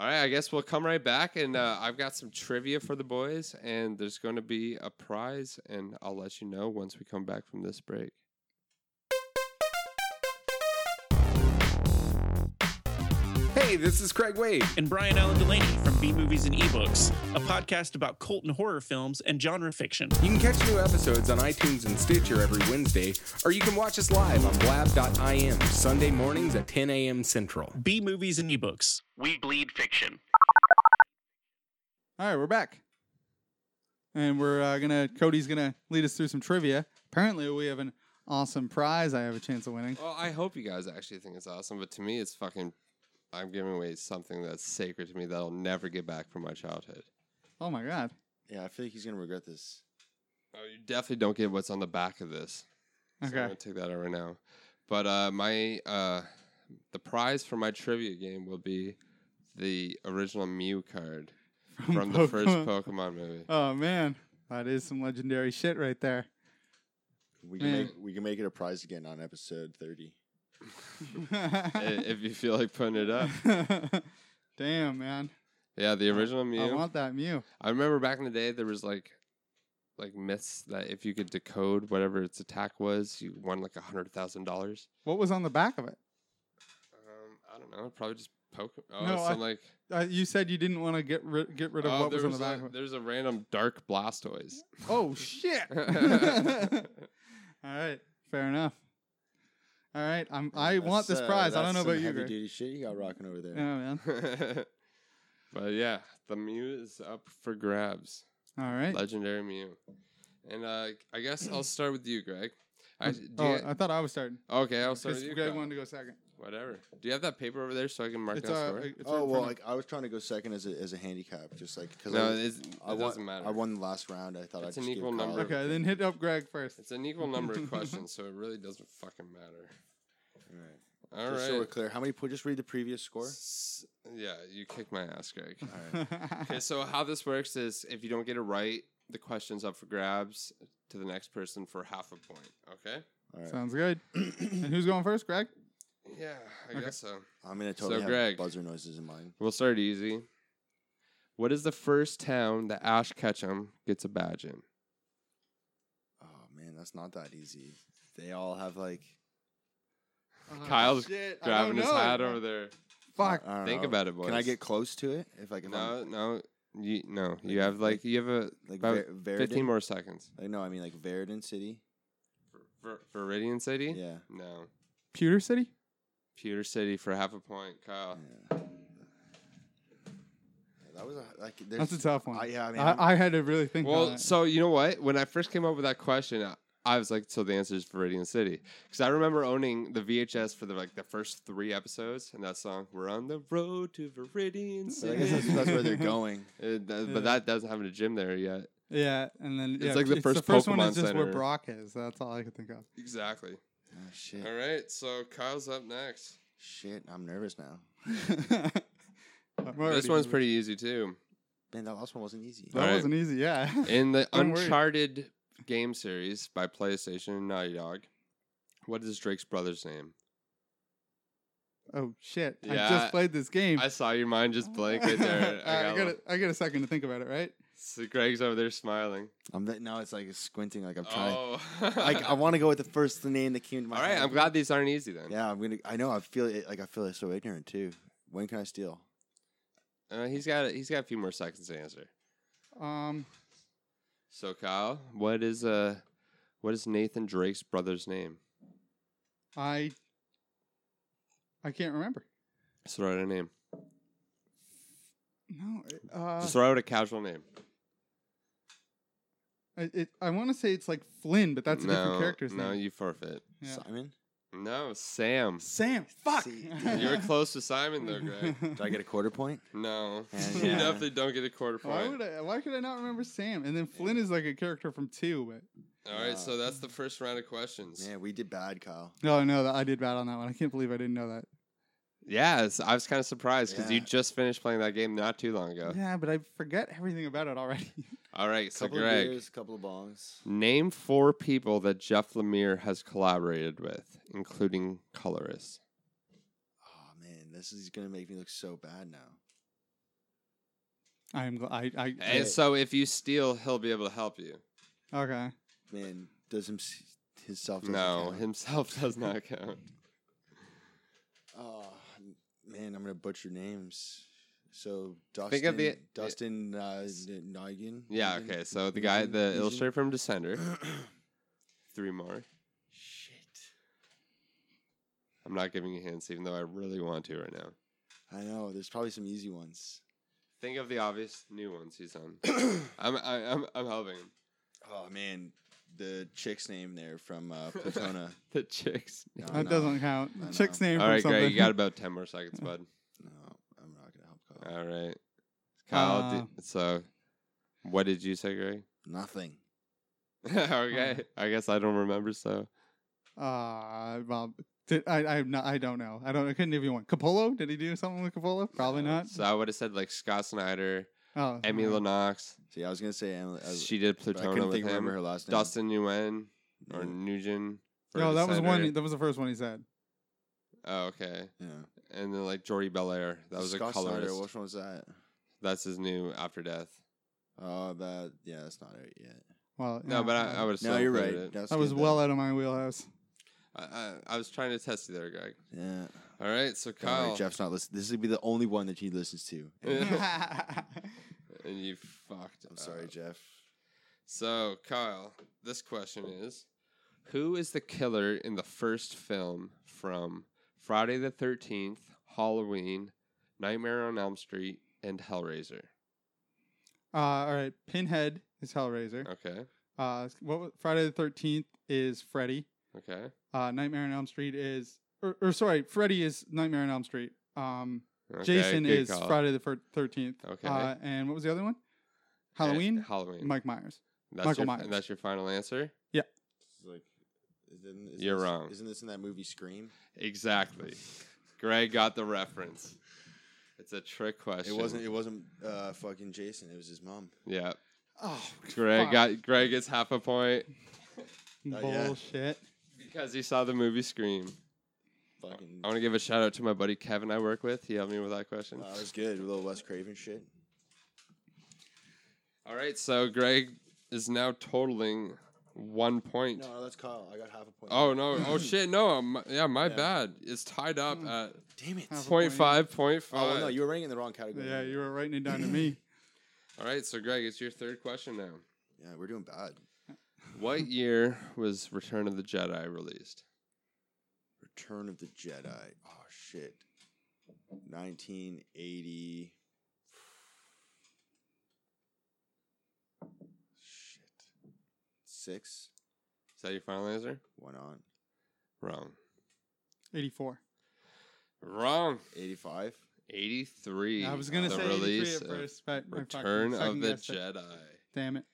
All right, I guess we'll come right back, and uh, I've got some trivia for the boys, and there's going to be a prize, and I'll let you know once we come back from this break. Hey, this is Craig Wade. And Brian Allen Delaney from B Movies and Ebooks, a podcast about cult and horror films and genre fiction. You can catch new episodes on iTunes and Stitcher every Wednesday, or you can watch us live on blab.im Sunday mornings at 10 a.m. Central. B Movies and Ebooks. We bleed fiction. All right, we're back, and we're uh, gonna. Cody's gonna lead us through some trivia. Apparently, we have an awesome prize. I have a chance of winning. Well, I hope you guys actually think it's awesome, but to me, it's fucking. I'm giving away something that's sacred to me that I'll never get back from my childhood. Oh my god. Yeah, I feel like he's gonna regret this. Oh, you definitely don't get what's on the back of this. So Okay. I'm gonna take that out right now. But uh, my uh, the prize for my trivia game will be the original Mew card from, the first Pokemon. Pokemon movie. Oh man, that is some legendary shit right there. We can Man. make we can make it a prize again on episode thirty. I- if you feel like putting it up, Damn, man. yeah, the original Mew. I want that Mew. I remember back in the day there was like like myths that if you could decode whatever its attack was, you won like a hundred thousand dollars. What was on the back of it? Um, I don't know, probably just Pokemon. Oh, No, I- some like Uh, you said you didn't want to get rid get rid of oh, what was there on the back of a, it. There's a random dark Blastoise. Oh shit! All right, fair enough. All right, I'm. I want this That's, uh, prize. I don't that's know about some you, Heavy Greg. duty shit you got rocking over there. Yeah, man. but yeah, the Mew is up for grabs. All right. Legendary Mew. And uh, I guess I'll start with you, Greg. I, Oh, do you- I thought I was starting. okay, I'll start Because with you. Greg Kyle. wanted to go second. Whatever. Do you have that paper over there so I can mark It's, down uh, score? it's right oh in well, front like I was trying to go second as a as a handicap, just like because No, I, it's- I it won, doesn't matter. I won the last round. I thought It's I'd an just equal give Kyle number. a- Okay, then hit up Greg first. It's an equal number of questions, so it really doesn't fucking matter. All right. Just so we're clear, how many? po- Just read the previous score. S- Yeah, you kicked my ass, Greg. All right. okay, so how this works is if you don't get it right, the question's up for grabs to the next person for half a point. Okay? All right. Sounds good. and who's going first, Greg? Yeah, I Okay. guess so. I'm gonna So, totally have Greg. buzzer noises in mind. We'll start easy. What is the first town that Ash Ketchum gets a badge in? Oh man, that's not that easy. They all have like. Oh, Kyle's shit, I grabbing don't his know. Uh, hat over there. Fuck. I don't Think know. about it, Can I boys. get close to it? If like if No, I'm, no, you no. You have like you have a Like about Ver- Verdun? fifteen more seconds. like no, I mean like Verdun City. Ver- Veridian City? Yeah. No. Pewter City? Pewter City for half a point, Kyle. Yeah, That was a, like That's there's- a tough one. I, yeah, I mean, I'm- I, I had to really think Well, about it. so you know what? When I first came up with that question, I, I was like, "So the answer is Veridian City," because I remember owning the VHS for the like the first three episodes, and that song, "We're on the road to Veridian so I City," guess that's, that's where they're going. It does- Yeah. but that doesn't have a gym there yet. Yeah, and then It's yeah, like the first one Pokemon is just where Center. Brock is. That's all I could think of. Exactly. Oh, shit, All right, so Kyle's up next. shit, I'm nervous now. I'm already- This one's pretty easy too. Man, that last one wasn't easy. That All right. wasn't easy. Yeah. In the Don't worry. Uncharted game series by PlayStation and Naughty Dog, what is Drake's brother's name? oh shit! I Yeah, just played this game. I saw your mind just blank right there. I, I got got a, I got a second to think about it, right? So Greg's over there smiling. I'm th- now it's like squinting, like I'm trying. Oh, Like I want to go with the first name that came to my. All right, head. I'm glad these aren't easy then. Yeah, I'm gonna. I know. I feel it, like I feel so ignorant too. When can I steal? Uh, he's got he's got a few more seconds to answer. Um, So Kyle, what is uh, what is Nathan Drake's brother's name? I I can't remember. Just throw out a name. No, it- uh, Just throw out a casual name. I- it, I want to say it's like Flynn, but that's a no, different character's No, name. you forfeit. Yeah. Simon. No, Sam. Sam. Fuck. See, you were close to Simon though, Greg. Do I get a quarter point? No, And you yeah. definitely don't get a quarter Why point. would I? Why could I not remember Sam? And then Flynn is like a character from two, but All right, Uh, so that's the first round of questions. Man, we did bad, Kyle. no, oh, no, that I did bad on that one. I can't believe I didn't know that. Yeah, it's, I was kind of surprised because you Yeah. just finished playing that game not too long ago. Yeah, but I forget everything about it already. All right, so Couple Greg, of beers, couple of bongs. Name four people that Jeff Lemire has collaborated with, including colorists. Oh man, this is gonna make me look so bad now. I am. Gl- I. I. And so if you steal, he'll be able to help you. okay. Man, does him s- himself? doesn't No, count. himself does not count. Oh, n- man, I'm gonna butcher names. So Dustin, Think of the- Dustin uh, Nigen. Yeah, Nigen? okay. So the guy, the Nigen? illustrator from Descender. Three more. Shit. I'm not giving you hints, even though I really want to right now. I know. There's probably some easy ones. Think of the obvious new ones he's on. I'm, I, I'm, I'm helping him. Oh man, the chick's name there from uh, Platona. the chick's. I That know. doesn't count. I know. Chick's name. All from right, something. Greg, you got about 10 more seconds, bud. No, I'm not gonna help Kyle. All right. Kyle, Uh, did- so what did you say, Greg? Nothing. okay. I guess I don't remember, so. Uh, Bob. Did, I I am not I don't know. I don't. I couldn't give you one. Capolo? Did he do something with Capolo? Probably not. So I would have said like Scott Snyder, Oh, Emmy alright. Lennox. uh, See, I was gonna say Emily, I, She did but I Plutona couldn't with think him. remember her last name. Dustin Nguyen or Yeah. Nugent. or No, that was one. Decider. That was the first one he said. Oh, okay. Yeah. And then like Jordy Belair. That was a Scott Snyder, colorist. Which one was that? That's his new After Death. Oh, that yeah, that's not it yet. Well, No, yeah, but yeah. I, I would have No, you're right. It. That's I was good, though. well out of my wheelhouse. I, I, I was trying to test you there, Greg. Yeah. All right, so Don't worry, Kyle, Jeff's not listening. This would be the only one that he listens to. and you fucked. uh, I'm sorry, up. Jeff. So, Kyle, this question is Who is the killer in the first film from Friday the 13th, Halloween, Nightmare on Elm Street, and Hellraiser? Uh, all right. Pinhead is Hellraiser. Okay. Uh, what wa- Friday the Thirteenth is Freddy. Okay. Uh, Nightmare on Elm Street is, or, or sorry, Freddy is Nightmare on Elm Street. Um, okay, Jason good is call. Friday the Thirteenth. Okay. Uh, and what was the other one? Eh, Halloween. Halloween. Mike Myers. that's Michael your, Myers. And that's your final answer? It's like, isn't, isn't You're this, wrong. Isn't this in that movie Scream? Exactly. Greg got the reference. It's a trick It question. wasn't. It wasn't uh, fucking Jason. It was his mom. Yeah. Oh, Greg fuck. got Greg gets half a point yeah. bullshit. because he saw the movie Scream. Fucking. I want to give a shout out to my buddy Kevin I work with. He helped me with that question. Uh, Wow, that uh, was good. A little Wes Craven shit. All right, so Greg is now totaling one point. No, no, that's Kyle. I got half a point. Oh no! Oh shit! No, my, yeah, my Yeah. bad. It's tied up at damn it! Hmm. Half a point point. five, point five. Oh well, no, you were ranking in the wrong category. Yeah, you were writing it down to me. All right, so Greg, it's your third question now. Yeah, we're doing bad. What year was Return of the Jedi released? Return of the Jedi. Oh shit. 1980. Shit. Six. Is that your final answer? One on. Wrong. Eighty-four. Wrong. 85. Eighty-three. I was gonna the say release release at of first, but I fucking Return of the second-guessed it. Jedi. Damn it.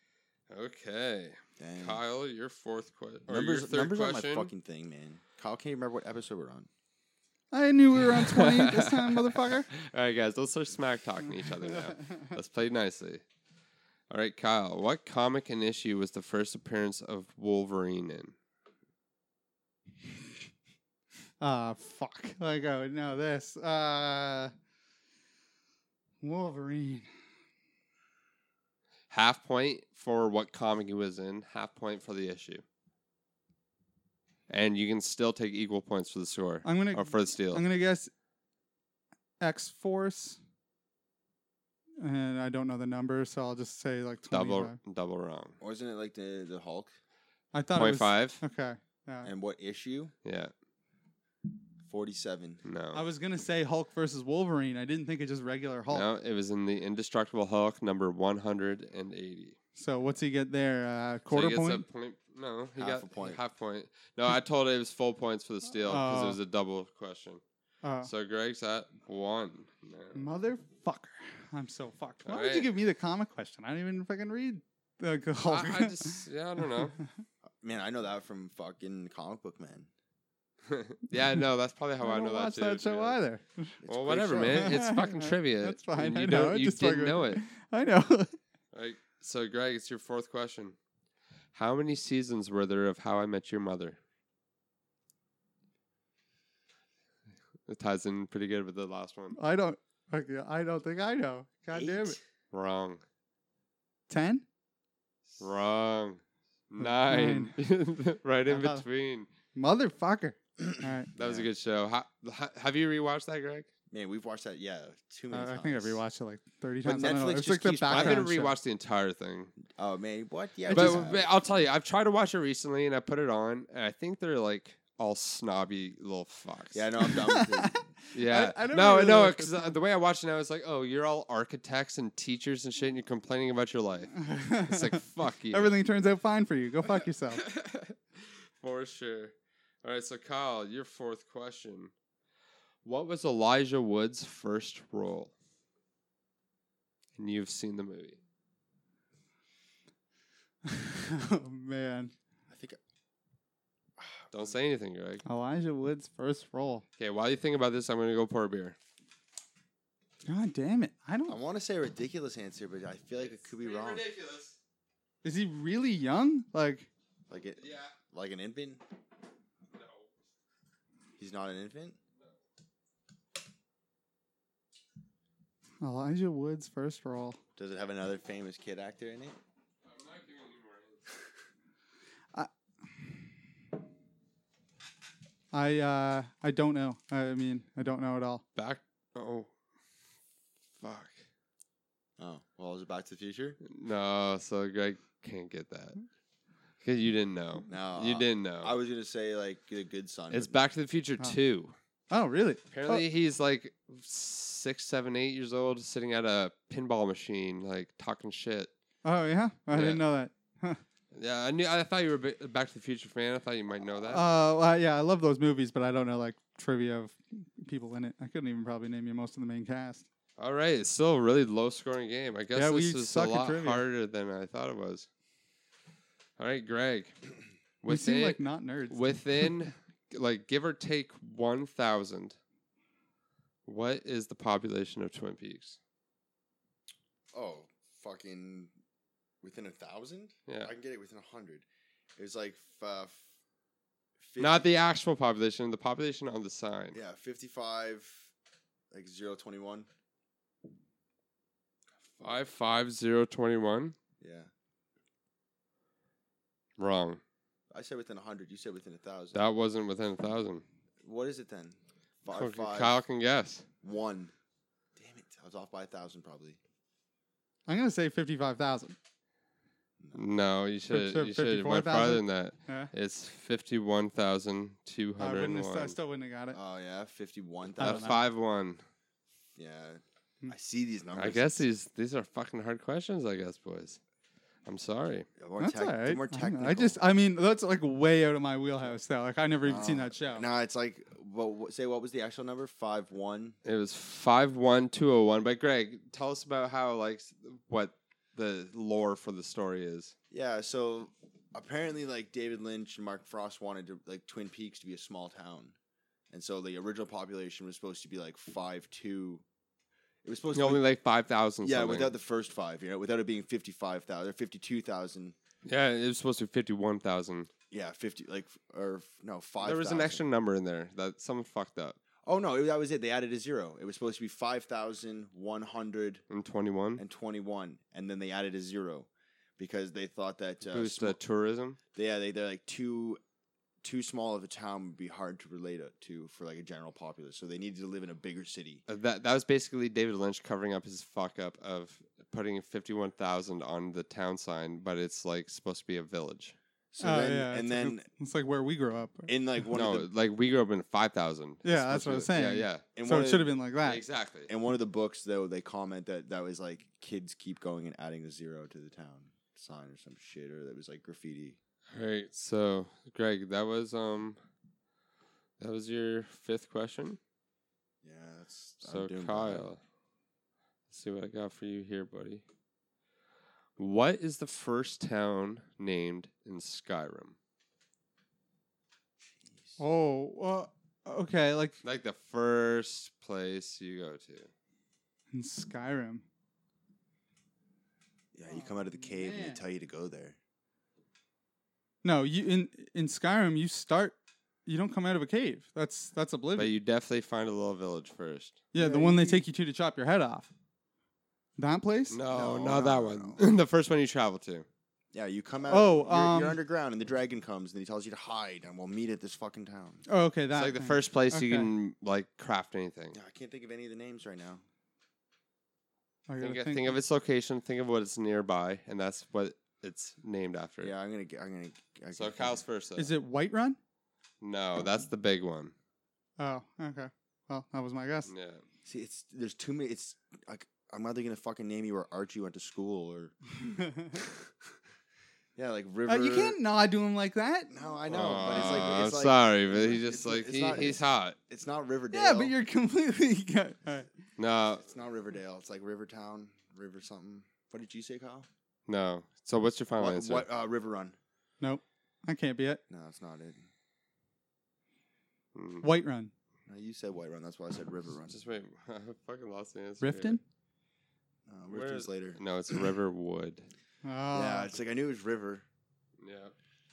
Okay, Dang. Kyle, your fourth question. numbers your third numbers are my question. fucking thing, man. Kyle can't remember what episode we're on. I knew we were on twenty this time, motherfucker. All right, guys, let's start smack talking to each other now. Let's play nicely. All right, Kyle, what comic and issue was the first appearance of Wolverine in? Ah, fuck. Like I would know this. Uh, Wolverine. Half point for what comic he was in, half point for the issue. And you can still take equal points for the score I'm gonna. or for the steal. I'm gonna guess. X Force. And I don't know the number, so I'll just say like twenty. double double wrong. Wasn't it like the, the Hulk? I thought it Point was five. Okay. Yeah. And what issue? Yeah. 47. No. I was gonna say Hulk versus Wolverine. I didn't think it just regular Hulk. No, it was in the Indestructible Hulk number one hundred and eighty. So what's he get there? Uh, quarter so he gets point. A point. No, he Half got a point. half point. No, I told it was full points for the steal because it Oh. was a double question. Uh, So Greg's at one. now. motherfucker! I'm so fucked. Why All would you right. give me the comic question? I don't even fucking read the Hulk. I, I just yeah, I don't know. Man, I know that from fucking comic book man. yeah, no, that's probably how I, don't know watch that too. that show yeah. either. It's a Well, great whatever, show. man. It's fucking trivia. That's fine. and I You know. don't. I You just didn't fucking- know it. I know. Like, so, Greg, it's your fourth question. How many seasons were there of How I Met Your Mother? It ties in pretty good with the last one. I don't. fuck yeah, I don't think I know. God damn it. Wrong. Ten. Wrong. Nine. right in Uh-huh. between. Motherfucker. All right. That was a good show. Ha- ha- have you rewatched that, Greg? Man, we've watched that, yeah, too many Uh, I- I times. think I've rewatched it like 30 But times. I don't know. Netflix It's just like the keeps buying I've background. been Brown rewatch the entire thing. Oh man, what? Yeah, But, just- but I'll tell you, I've tried to watch it recently, and I put it on, and I think they're like all snobby little fucks. yeah, no, I'm done with it. Yeah. I don't no, really know no, if because it's- the way I watch it now is like, oh, you're all architects and teachers and shit, and you're complaining about your life. It's like, fuck you. Everything turns out fine for you. Go fuck yourself. For sure. All right, so Kyle, your fourth question. What was Elijah Wood's first role? And you've seen the movie. oh man, I think Don't say anything, Greg. Elijah Wood's first role. Okay, while you think about this, I'm going to go pour a beer. God damn it! I I don't. want to say a ridiculous answer, but I feel like it could be wrong. Ridiculous. Is he really young? Like Like it, Yeah. like an infant. He's not an infant. Elijah Wood's first role. Does it have another famous kid actor in it? I uh, I don't know. I mean, I don't know at all. Back. Oh. Fuck. Oh, well, is it Back to the Future? No, so Greg can't get that. Because you didn't know. No, You uh, didn't know. I was gonna say like the Good Son. Oh. it's but Back to the Future Oh. 2. Oh, really? Apparently, he's like six, seven, eight years old, sitting at a pinball machine, like talking shit. Oh yeah, I Yeah. didn't know that. Yeah, I knew. I thought you were a bi- a Back to the Future fan. I thought you might know that. Uh, well, yeah, I love those movies, but I don't know like trivia of people in it. I couldn't even probably name you most of the main cast. All right, it's still a really low scoring game. I guess Yeah, we this is a suck at lot trivia. harder than I thought it was. All right, Greg. We Within, seem like not nerds. within, like give or take one thousand. What is the population of Twin Peaks? oh, fucking within a thousand. Yeah. I can get it within a hundred. It was like uh, Not the actual population, the population on the sign. yeah fifty-five, like zero twenty-one. Five five zero twenty one. Yeah, Wrong. I said within a hundred. You said within a thousand. That wasn't within a thousand. What is it then? Okay, Five five Kyle can guess. one. Damn it! I was off by a thousand probably. I'm gonna say fifty-five thousand. No, you should sure, you should have went farther than that. Yeah. It's fifty one thousand two I hundred wouldn't. and Have, st- I one. still wouldn't have got it. Oh yeah, fifty-one I Uh, don't know. thousand. five one. Yeah, Hmm. I see these numbers. I guess these these are fucking hard questions. I guess, boys. I'm sorry. They're more, That's tec- all they're right. more I don't know. technical. I, just, I mean, that's like way out of my wheelhouse, though. Like, I never even seen Oh, that show. No, it's like, well, wh- say what was the actual number? Five one. It was five one two zero one. But Greg, tell us about how like s- what the lore for the story is. Yeah. So apparently, like David Lynch and Mark Frost wanted to like Twin Peaks to be a small town, and so the original population was supposed to be like five two. It was supposed It's only to like five thousand. be, yeah, without the first five, you know, without it being fifty five thousand or fifty two thousand. yeah, it was supposed to be fifty one thousand. Yeah, fifty like f- or f- no five. There was an extra number in there that someone fucked up Oh no, it, that was it. They added a zero. It was supposed to be five thousand one hundred in twenty one. and twenty one, and then they added a zero because they thought that uh, Boost sm- the tourism. yeah they, they're like too too small of a town would be hard to relate it to for like a general populace so they needed to live in a bigger city Uh, That that was basically David Lynch covering up his fuck up of putting fifty one thousand on the town sign, but it's like supposed to be a village. so Oh, then, yeah, and it's then like, it's like where we grew up. in like one no, of the like we grew up in five thousand. Yeah, that's what I was saying. Yeah, in so one it of should the- have been like yeah, that. exactly. in one of the books though they comment that that was like kids keep going and adding a zero to the town sign or some shit or that was like graffiti All right, so Greg, that was um, that was your fifth question. yeah that's I'm So doing bad. Kyle, let's see what I got for you here, buddy. What is the first town named in Skyrim? Oh, well, okay. Like Like the first place you go to. in Skyrim. yeah you come out of the cave and man. they tell you to go there No, you in in Skyrim, you start. You don't come out of a cave. That's that's But oblivion. you definitely find a little village first. yeah, the one they take you to to chop your head off. That place? No, No, not no, that no, one. the first one you travel to. Yeah, you come out. Oh, you're, um, you're underground, and the dragon comes, and he tells you to hide, and we'll meet at this fucking town. Oh, okay, that it's like thing. the first place you Okay. can like craft anything. I can't think of any of the names right now. I gotta Think, think. think of its location. Think of what it's nearby, and that's what it's named after. Yeah, I'm gonna. g- I'm gonna. g- I So can- Kyle's first. Though. Is it White Run? No, that's the big one. Oh, okay. Well, that was my guess. Yeah. See, it's there's too many. It's like I'm either gonna fucking name you where Archie went to school, or yeah, like River. Uh, you can't nod to him like that. No, I know, but it's like Aw, it's I'm like, sorry, but he's just it's- like it's he, not- he's hot. It's not Riverdale. Yeah, but you're completely. Got, all right. No, It's not Riverdale. It's like Rivertown, River something. What did you say, Kyle? no. So what's your final What, answer? what uh, River Run? Nope, that can't be it. No, it's not it. Mm. White Run, No, you said White Run. That's why I said River Run. Just wait. I fucking lost the answer. here. Rifton. Uh, Where Rifton's is- later. No, it's Riverwood. Oh, Yeah, it's like I knew it was River. yeah.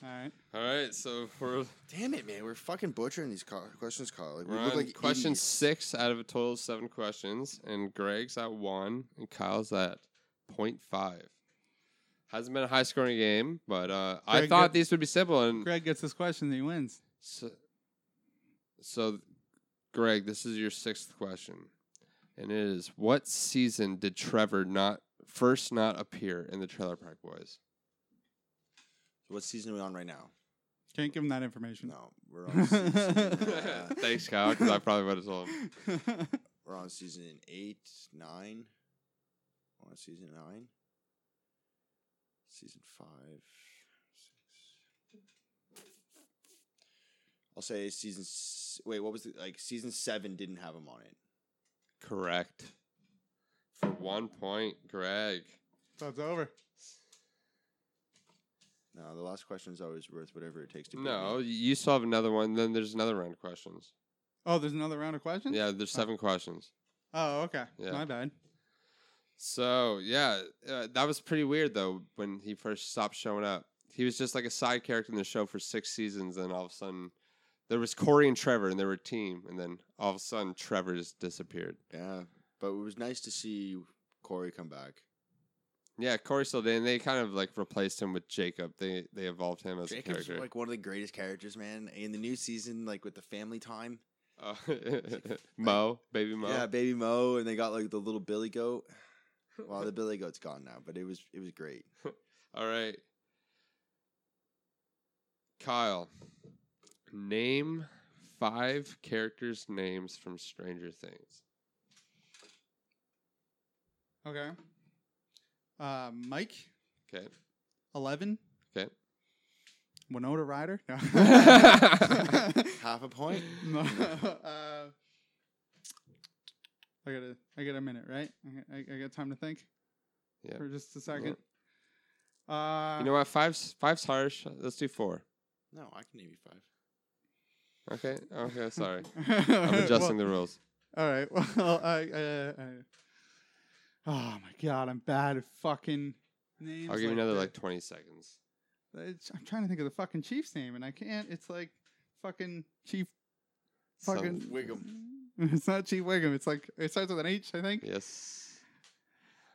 all right. All right. So we're, Damn it, man! We're fucking butchering these co- questions, Kyle. Like we we're look on like question idiots. six out of a total of seven questions, and Greg's at one, and Kyle's at 0.5. Hasn't been a high scoring game, but uh, I Greg, thought get- these would be simple. And Greg gets this question, he wins. So, so, Greg, this is your sixth question, and it is: What season did Trevor not first not appear in the Trailer Park Boys? What season are we on right now? Can't give him that information. No, we're on season. uh, Thanks, Kyle, because I probably would have told him. we're on season eight, nine. We're on season nine. Season five, six. I'll say season. S- wait, what was it? Like season seven didn't have him on it. Correct. For one point, Greg. so it's over. No, the last question is always worth whatever it takes to. beat No, me. you still have another one. Then there's another round of questions. Oh, there's another round of questions. Yeah, there's seven questions. Oh, okay. Yeah. My bad. So yeah, uh, that was pretty weird though when he first stopped showing up. He was just like a side character in the show for six seasons, and all of a sudden, there was Corey and Trevor, and they were a team, and then all of a sudden, Trevor just disappeared. Yeah, but it was nice to see Corey come back. Yeah, Corey still did, and they kind of like replaced him with Jacob. They they evolved him as Jacob's a character. like one of the greatest characters, man. In the new season, like with the family time. Oh. Mo, baby Mo. Yeah, baby Mo, and they got like the little Billy goat. Well, the Billy goat's gone now, but it was it was great. All right. Kyle, name five characters' names from Stranger Things. Okay. Uh, Mike, Okay. eleven. Okay. Winona Ryder. No. Half a point. No. uh, I got a, I got a minute, right? I, I, I got time to think Yeah. for just a second. Uh, You know what? Five's five's harsh. Let's do four. No, I can name you five. Okay. Okay. Sorry. I'm adjusting the rules. All right. Well, I, uh, I, oh my god, I'm bad at fucking names. I'll give you like another that. like 20 seconds. It's- I'm trying to think of the fucking chief's name, and I can't. It's like fucking chief. Some- Fucking Wiggum. It's not Chief Wiggum. It's like it starts with an H, I think. Yes.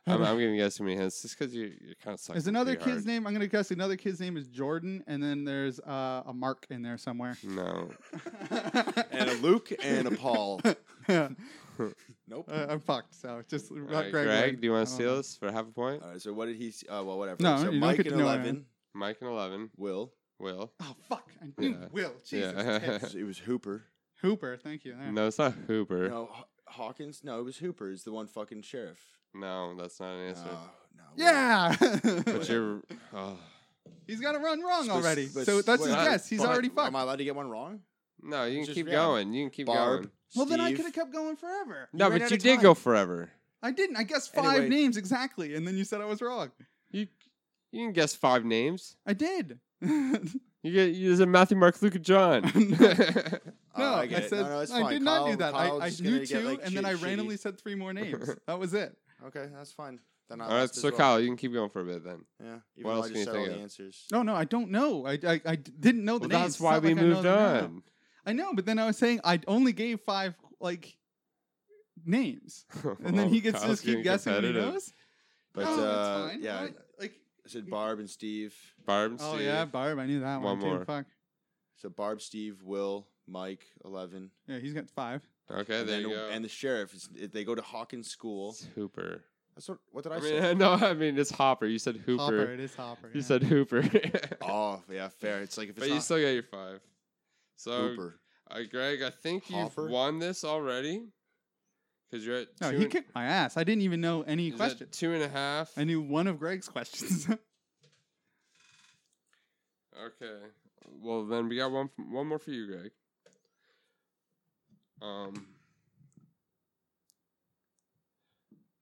I'm, I'm giving you guys too many hints just because you you're kind of sucking. There's another pretty kid's name. I'm gonna guess another kid's name is Jordan, and then there's uh, a Mark in there somewhere. hard. No. And a Luke and a Paul. yeah, Nope. uh, I'm fucked. So just All let right, Greg, win. do you I want don't to steal know. this for half a point? All right. So what did he? s- Uh, well, whatever. No, so you don't Mike get and to know that. eleven. Mike and 11. Will. Will. Oh fuck! I knew Yeah. Will. Jesus. Yeah. tits. It was Hooper. Hooper. Thaw you. There. No, it's not Hooper. No, No, Haw- Hawkins. No, it was Hooper. Is the one fucking sheriff. that's not an Oh, answer. no. Yeah. But you're. Oh. He's got it run wrong But- already. but- so that's his but- guess. He's but- already Am fucked. I allowed to get one wrong? No, you can Just- keep yeah. going. You can keep Barb. going. Well, then I Steve. could have kept going forever. No, ran but out you of did time. go forever. I didn't. I guessed five Anyway. names exactly, and then you said I was wrong. You you can guess five names. I did. no, You get you said Matthew, Mark, Luke, and John. Oh, I, get it. said No, no, it's I fine. did not Kyle- do that. Kyle's I, I just gonna knew get, two, like, and then I shit- randomly shitty. said three more names. that was it. Okay, that's fine. Then I All right, lost as so well. Kyle, you can keep going for a bit then. Yeah. Even What though else I can just you said think all the of? answers. No, no, I don't know. I, I, I d- didn't know the Well, names. that's It's why not we like I know moved them now. on. I know, but then I was saying I only gave five like names, and then Oh, he gets to Kyle's just keep Oh, getting guessing what he competitive. knows. But No, uh, that's fine. yeah, I- like I said Barb and Steve. Barb and Oh Steve. yeah, Barb. I knew that one. One too. more. Fuck. So Barb, Steve, Will, Mike, eleven. Yeah, he's got five. Okay, and there then- you go. And the sheriff. It's, it, they go to Hawkins School. Hooper. That's what. What did I, I say? mean, no, I mean it's Hopper. You said Hooper. Hopper, it is Hopper, You yeah. said Hooper. oh yeah, fair. It's like if it's but you not still got your five. So, Hooper. uh, Greg, I think Hopper? you've won this already because you're at No, two he and- kicked my ass. I didn't even know any is at questions. two and a half. I knew one of Greg's questions. Okay. Well, then we got one f- one more for you, Greg. Um,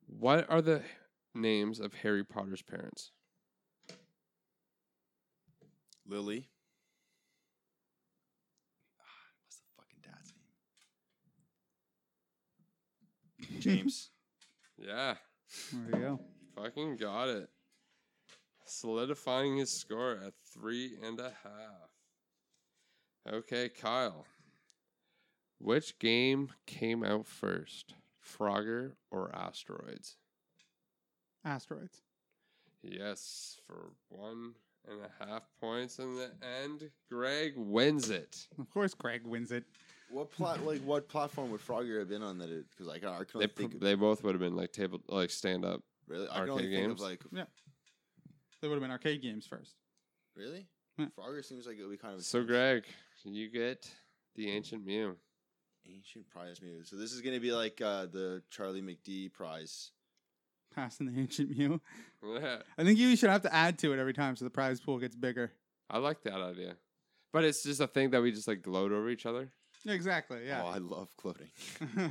what are the names of Harry Potter's parents? Lily. Ah, James. Yeah. there you go. Fucking got it. Solidifying his score at three and a half. Okay, Kyle. Which game came out first, Frogger or Asteroids? Asteroids. Yes, for one and a half points in the end. Greg wins it. Of course, Greg wins it. What plat like what platform would Frogger have been on that? Because like I can They, only pr- think of, they both would have been like table, like stand up. really I can only arcade think of games? like Yeah. They would have been arcade games first. really Yeah. Frogger seems like it would be kind of So, Greg, you get the ancient Mew. ancient prize maybe. So this is gonna be like uh, the Charlie McD prize. Passing the ancient Mew. I think you should have to add to it every time so the prize pool gets bigger. I like that idea. But it's just a thing that we just like gloat over each other. Exactly. Oh, Yeah. I love gloating.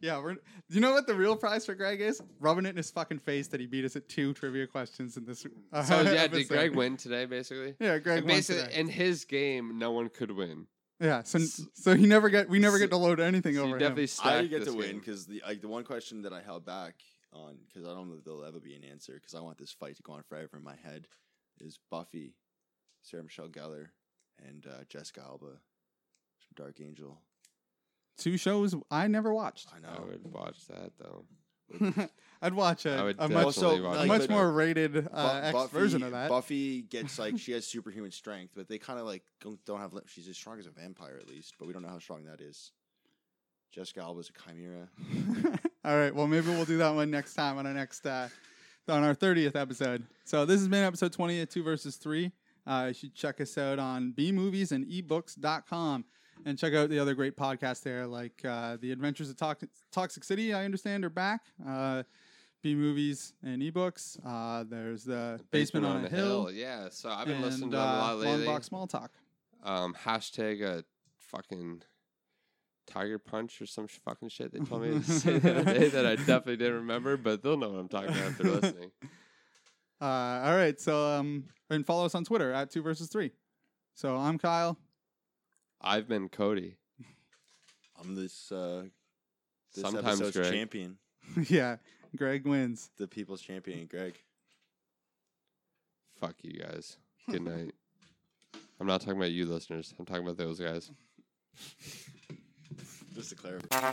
yeah. We're. You know what the real prize for Greg is? Rubbing it in his fucking face that he beat us at two trivia questions in this. uh, So yeah, episode. did Greg win today basically? Yeah, Greg And won basically today. in his game no one could win. Yeah. So so he never get we never so- get to load anything so you over definitely him. I stacked get to this win game. because the like the one question that I held back on because I don't know if there'll ever be an answer because I want this fight to go on forever in my head is Buffy, Sarah Michelle Gellar, and uh, Jessica Alba from Dark Angel. Two shows I never watched. I I know. would watch that though. I'd watch I a, would a definitely much, Also, watch a like, much that. more rated Bu- uh, X version of that. Buffy gets like she has superhuman strength, but they kind of like don't, don't have. Lim- she's as strong as a vampire at least, but we don't know how strong that is. Jessica Alba's a chimera. All right. Well, maybe we'll do that one next time on our next uh, on our thirtieth episode. So this has been episode twenty of Two Versus Three. Uh, you should check us out on bmovies and ebooks.com and check out the other great podcasts there, like uh, The Adventures of Tox- Toxic City. I understand are back. Uh, B movies and ebooks. Uh, there's the Basement, on, a Hill. Yeah, so I've been and, listening to uh, them a lot lately. Long Box Small Talk. Um hashtag a fucking Tiger Punch or some sh- fucking shit they told me to say the other day that I definitely didn't remember, but they'll know what I'm talking about if they're listening. Uh, all right. So um, and follow us on Twitter at Two Versus Three. So I'm Kyle. I've been Cody. I'm this uh, this Sometimes episode's Greg. champion, yeah, Greg wins. the people's champion, Greg. Fuck you guys. Good night. I'm not talking about you listeners. I'm talking about those guys. Just to clarify.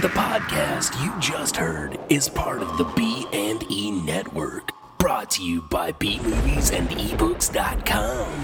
The podcast you just heard is part of the E B&E network, brought to you by B Movies and ebooks.com.